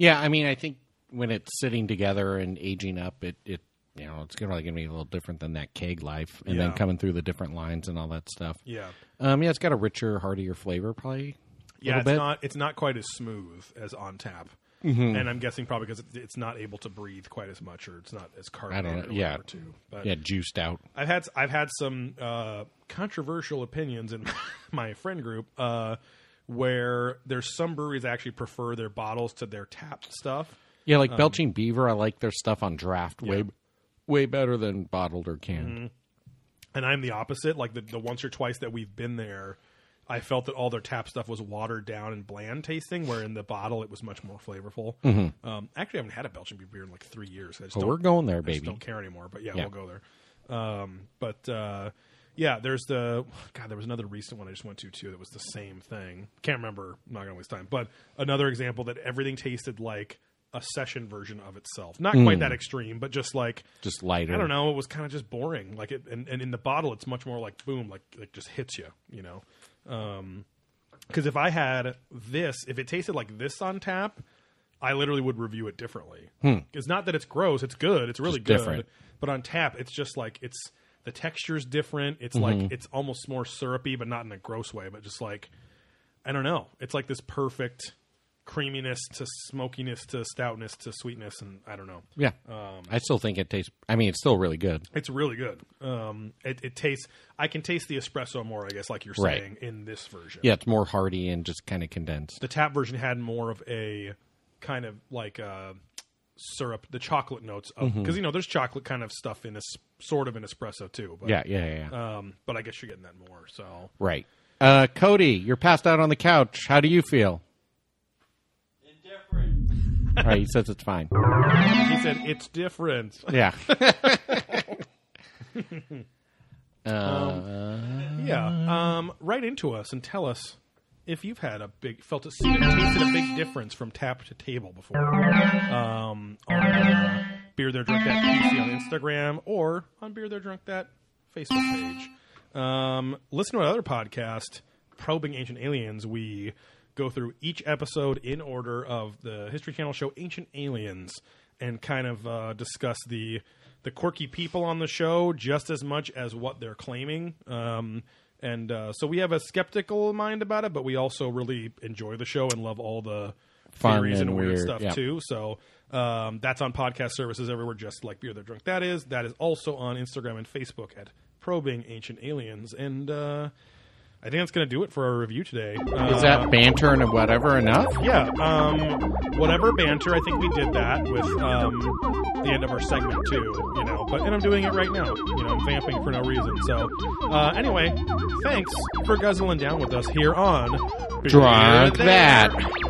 Yeah, I mean, I think when it's sitting together and aging up, it it you know it's gonna- really going to be a little different than that keg life, and then Yeah. coming through the different lines and all that stuff. yeah Um, yeah, it's got a richer, heartier flavor, probably. yeah Little it's bit. Mm-hmm. not it's not quite as smooth as on tap and i'm guessing probably because it's not able to breathe quite as much or it's not as I carbonated don't know. or Yeah, whatever, too but yeah, juiced out. I've had I've had some uh, controversial opinions in *laughs* my friend group uh, where there's some breweries that actually prefer their bottles to their tap stuff. Yeah, Um, like Belching Beaver. I like their stuff on draft way way better than bottled or canned. Mm-hmm. and I'm the opposite. Like the, the once or twice that we've been there, I felt that all their tap stuff was watered down and bland tasting, where in the bottle it was much more flavorful. Um, actually, I haven't had a Belgian beer in like three years. I just But don't- Mm-hmm. Oh, we're going there, I just baby. don't care anymore. But yeah, Yeah. we'll go there. Um, but uh, yeah, there's the God. There was another recent one I just went to too that was the same thing. Can't remember. I'm not gonna waste time. But another example that everything tasted like a session version of itself. Not Hmm. quite that extreme, but just like Just lighter. I don't know. It was kind of just boring. Like it, and, and in the bottle, it's much more like boom, like like just hits you. You know, because if I had this, if it tasted like this on tap, I literally would review it differently. It's not that it's gross; it's good. It's really Hmm. Just good. different. But on tap, it's just like it's the texture's different. It's Mm-hmm. like it's almost more syrupy, but not in a gross way. But just like I don't know, it's like this perfect creaminess to smokiness to stoutness to sweetness, and I don't know. Yeah, I still think it tastes. I mean, it's still really good. It's really good. Um, it, it tastes. I can taste the espresso more, I guess, like you're Right. saying in this version. Yeah, it's more hearty and just kind of condensed. The tap version had more of a kind of like a syrup, the chocolate notes, because Mm-hmm. you know there's chocolate kind of stuff in a s- sort of an espresso too. But, Yeah, yeah, yeah. yeah. Um, but I guess you're getting that more. So right. Uh, Cody, you're passed out on the couch. How do you feel? Indifferent. All right, he says it's fine. he said it's different. *laughs* Yeah. yeah. Um, write into us and tell us if you've had a big felt a tasted a big difference from tap to table before. Um, on uh, beer there drunk that PC on Instagram or on beer there drunk that Facebook page. Um, listen to our other podcast, Probing Ancient Aliens. We go through each episode in order of the History Channel show Ancient Aliens and kind of uh, discuss the the quirky people on the show just as much as what they're claiming. Um, and uh, so we have a skeptical mind about it, but we also really enjoy the show and love all the Fun theories and, and weird, weird, stuff yeah. too. So um, that's on podcast services everywhere, just like Beer the Drunk. That is. That is also on Instagram and Facebook at Probing Ancient Aliens. And uh, I think that's going to do it for our review today. Uh, Is that banter and whatever enough? yeah, um, whatever banter. I think we did that with um, the end of our segment too. You know, but and I'm doing it right now. You know, I'm vamping for no reason. So uh, anyway, thanks for guzzling down with us here on Drunk that.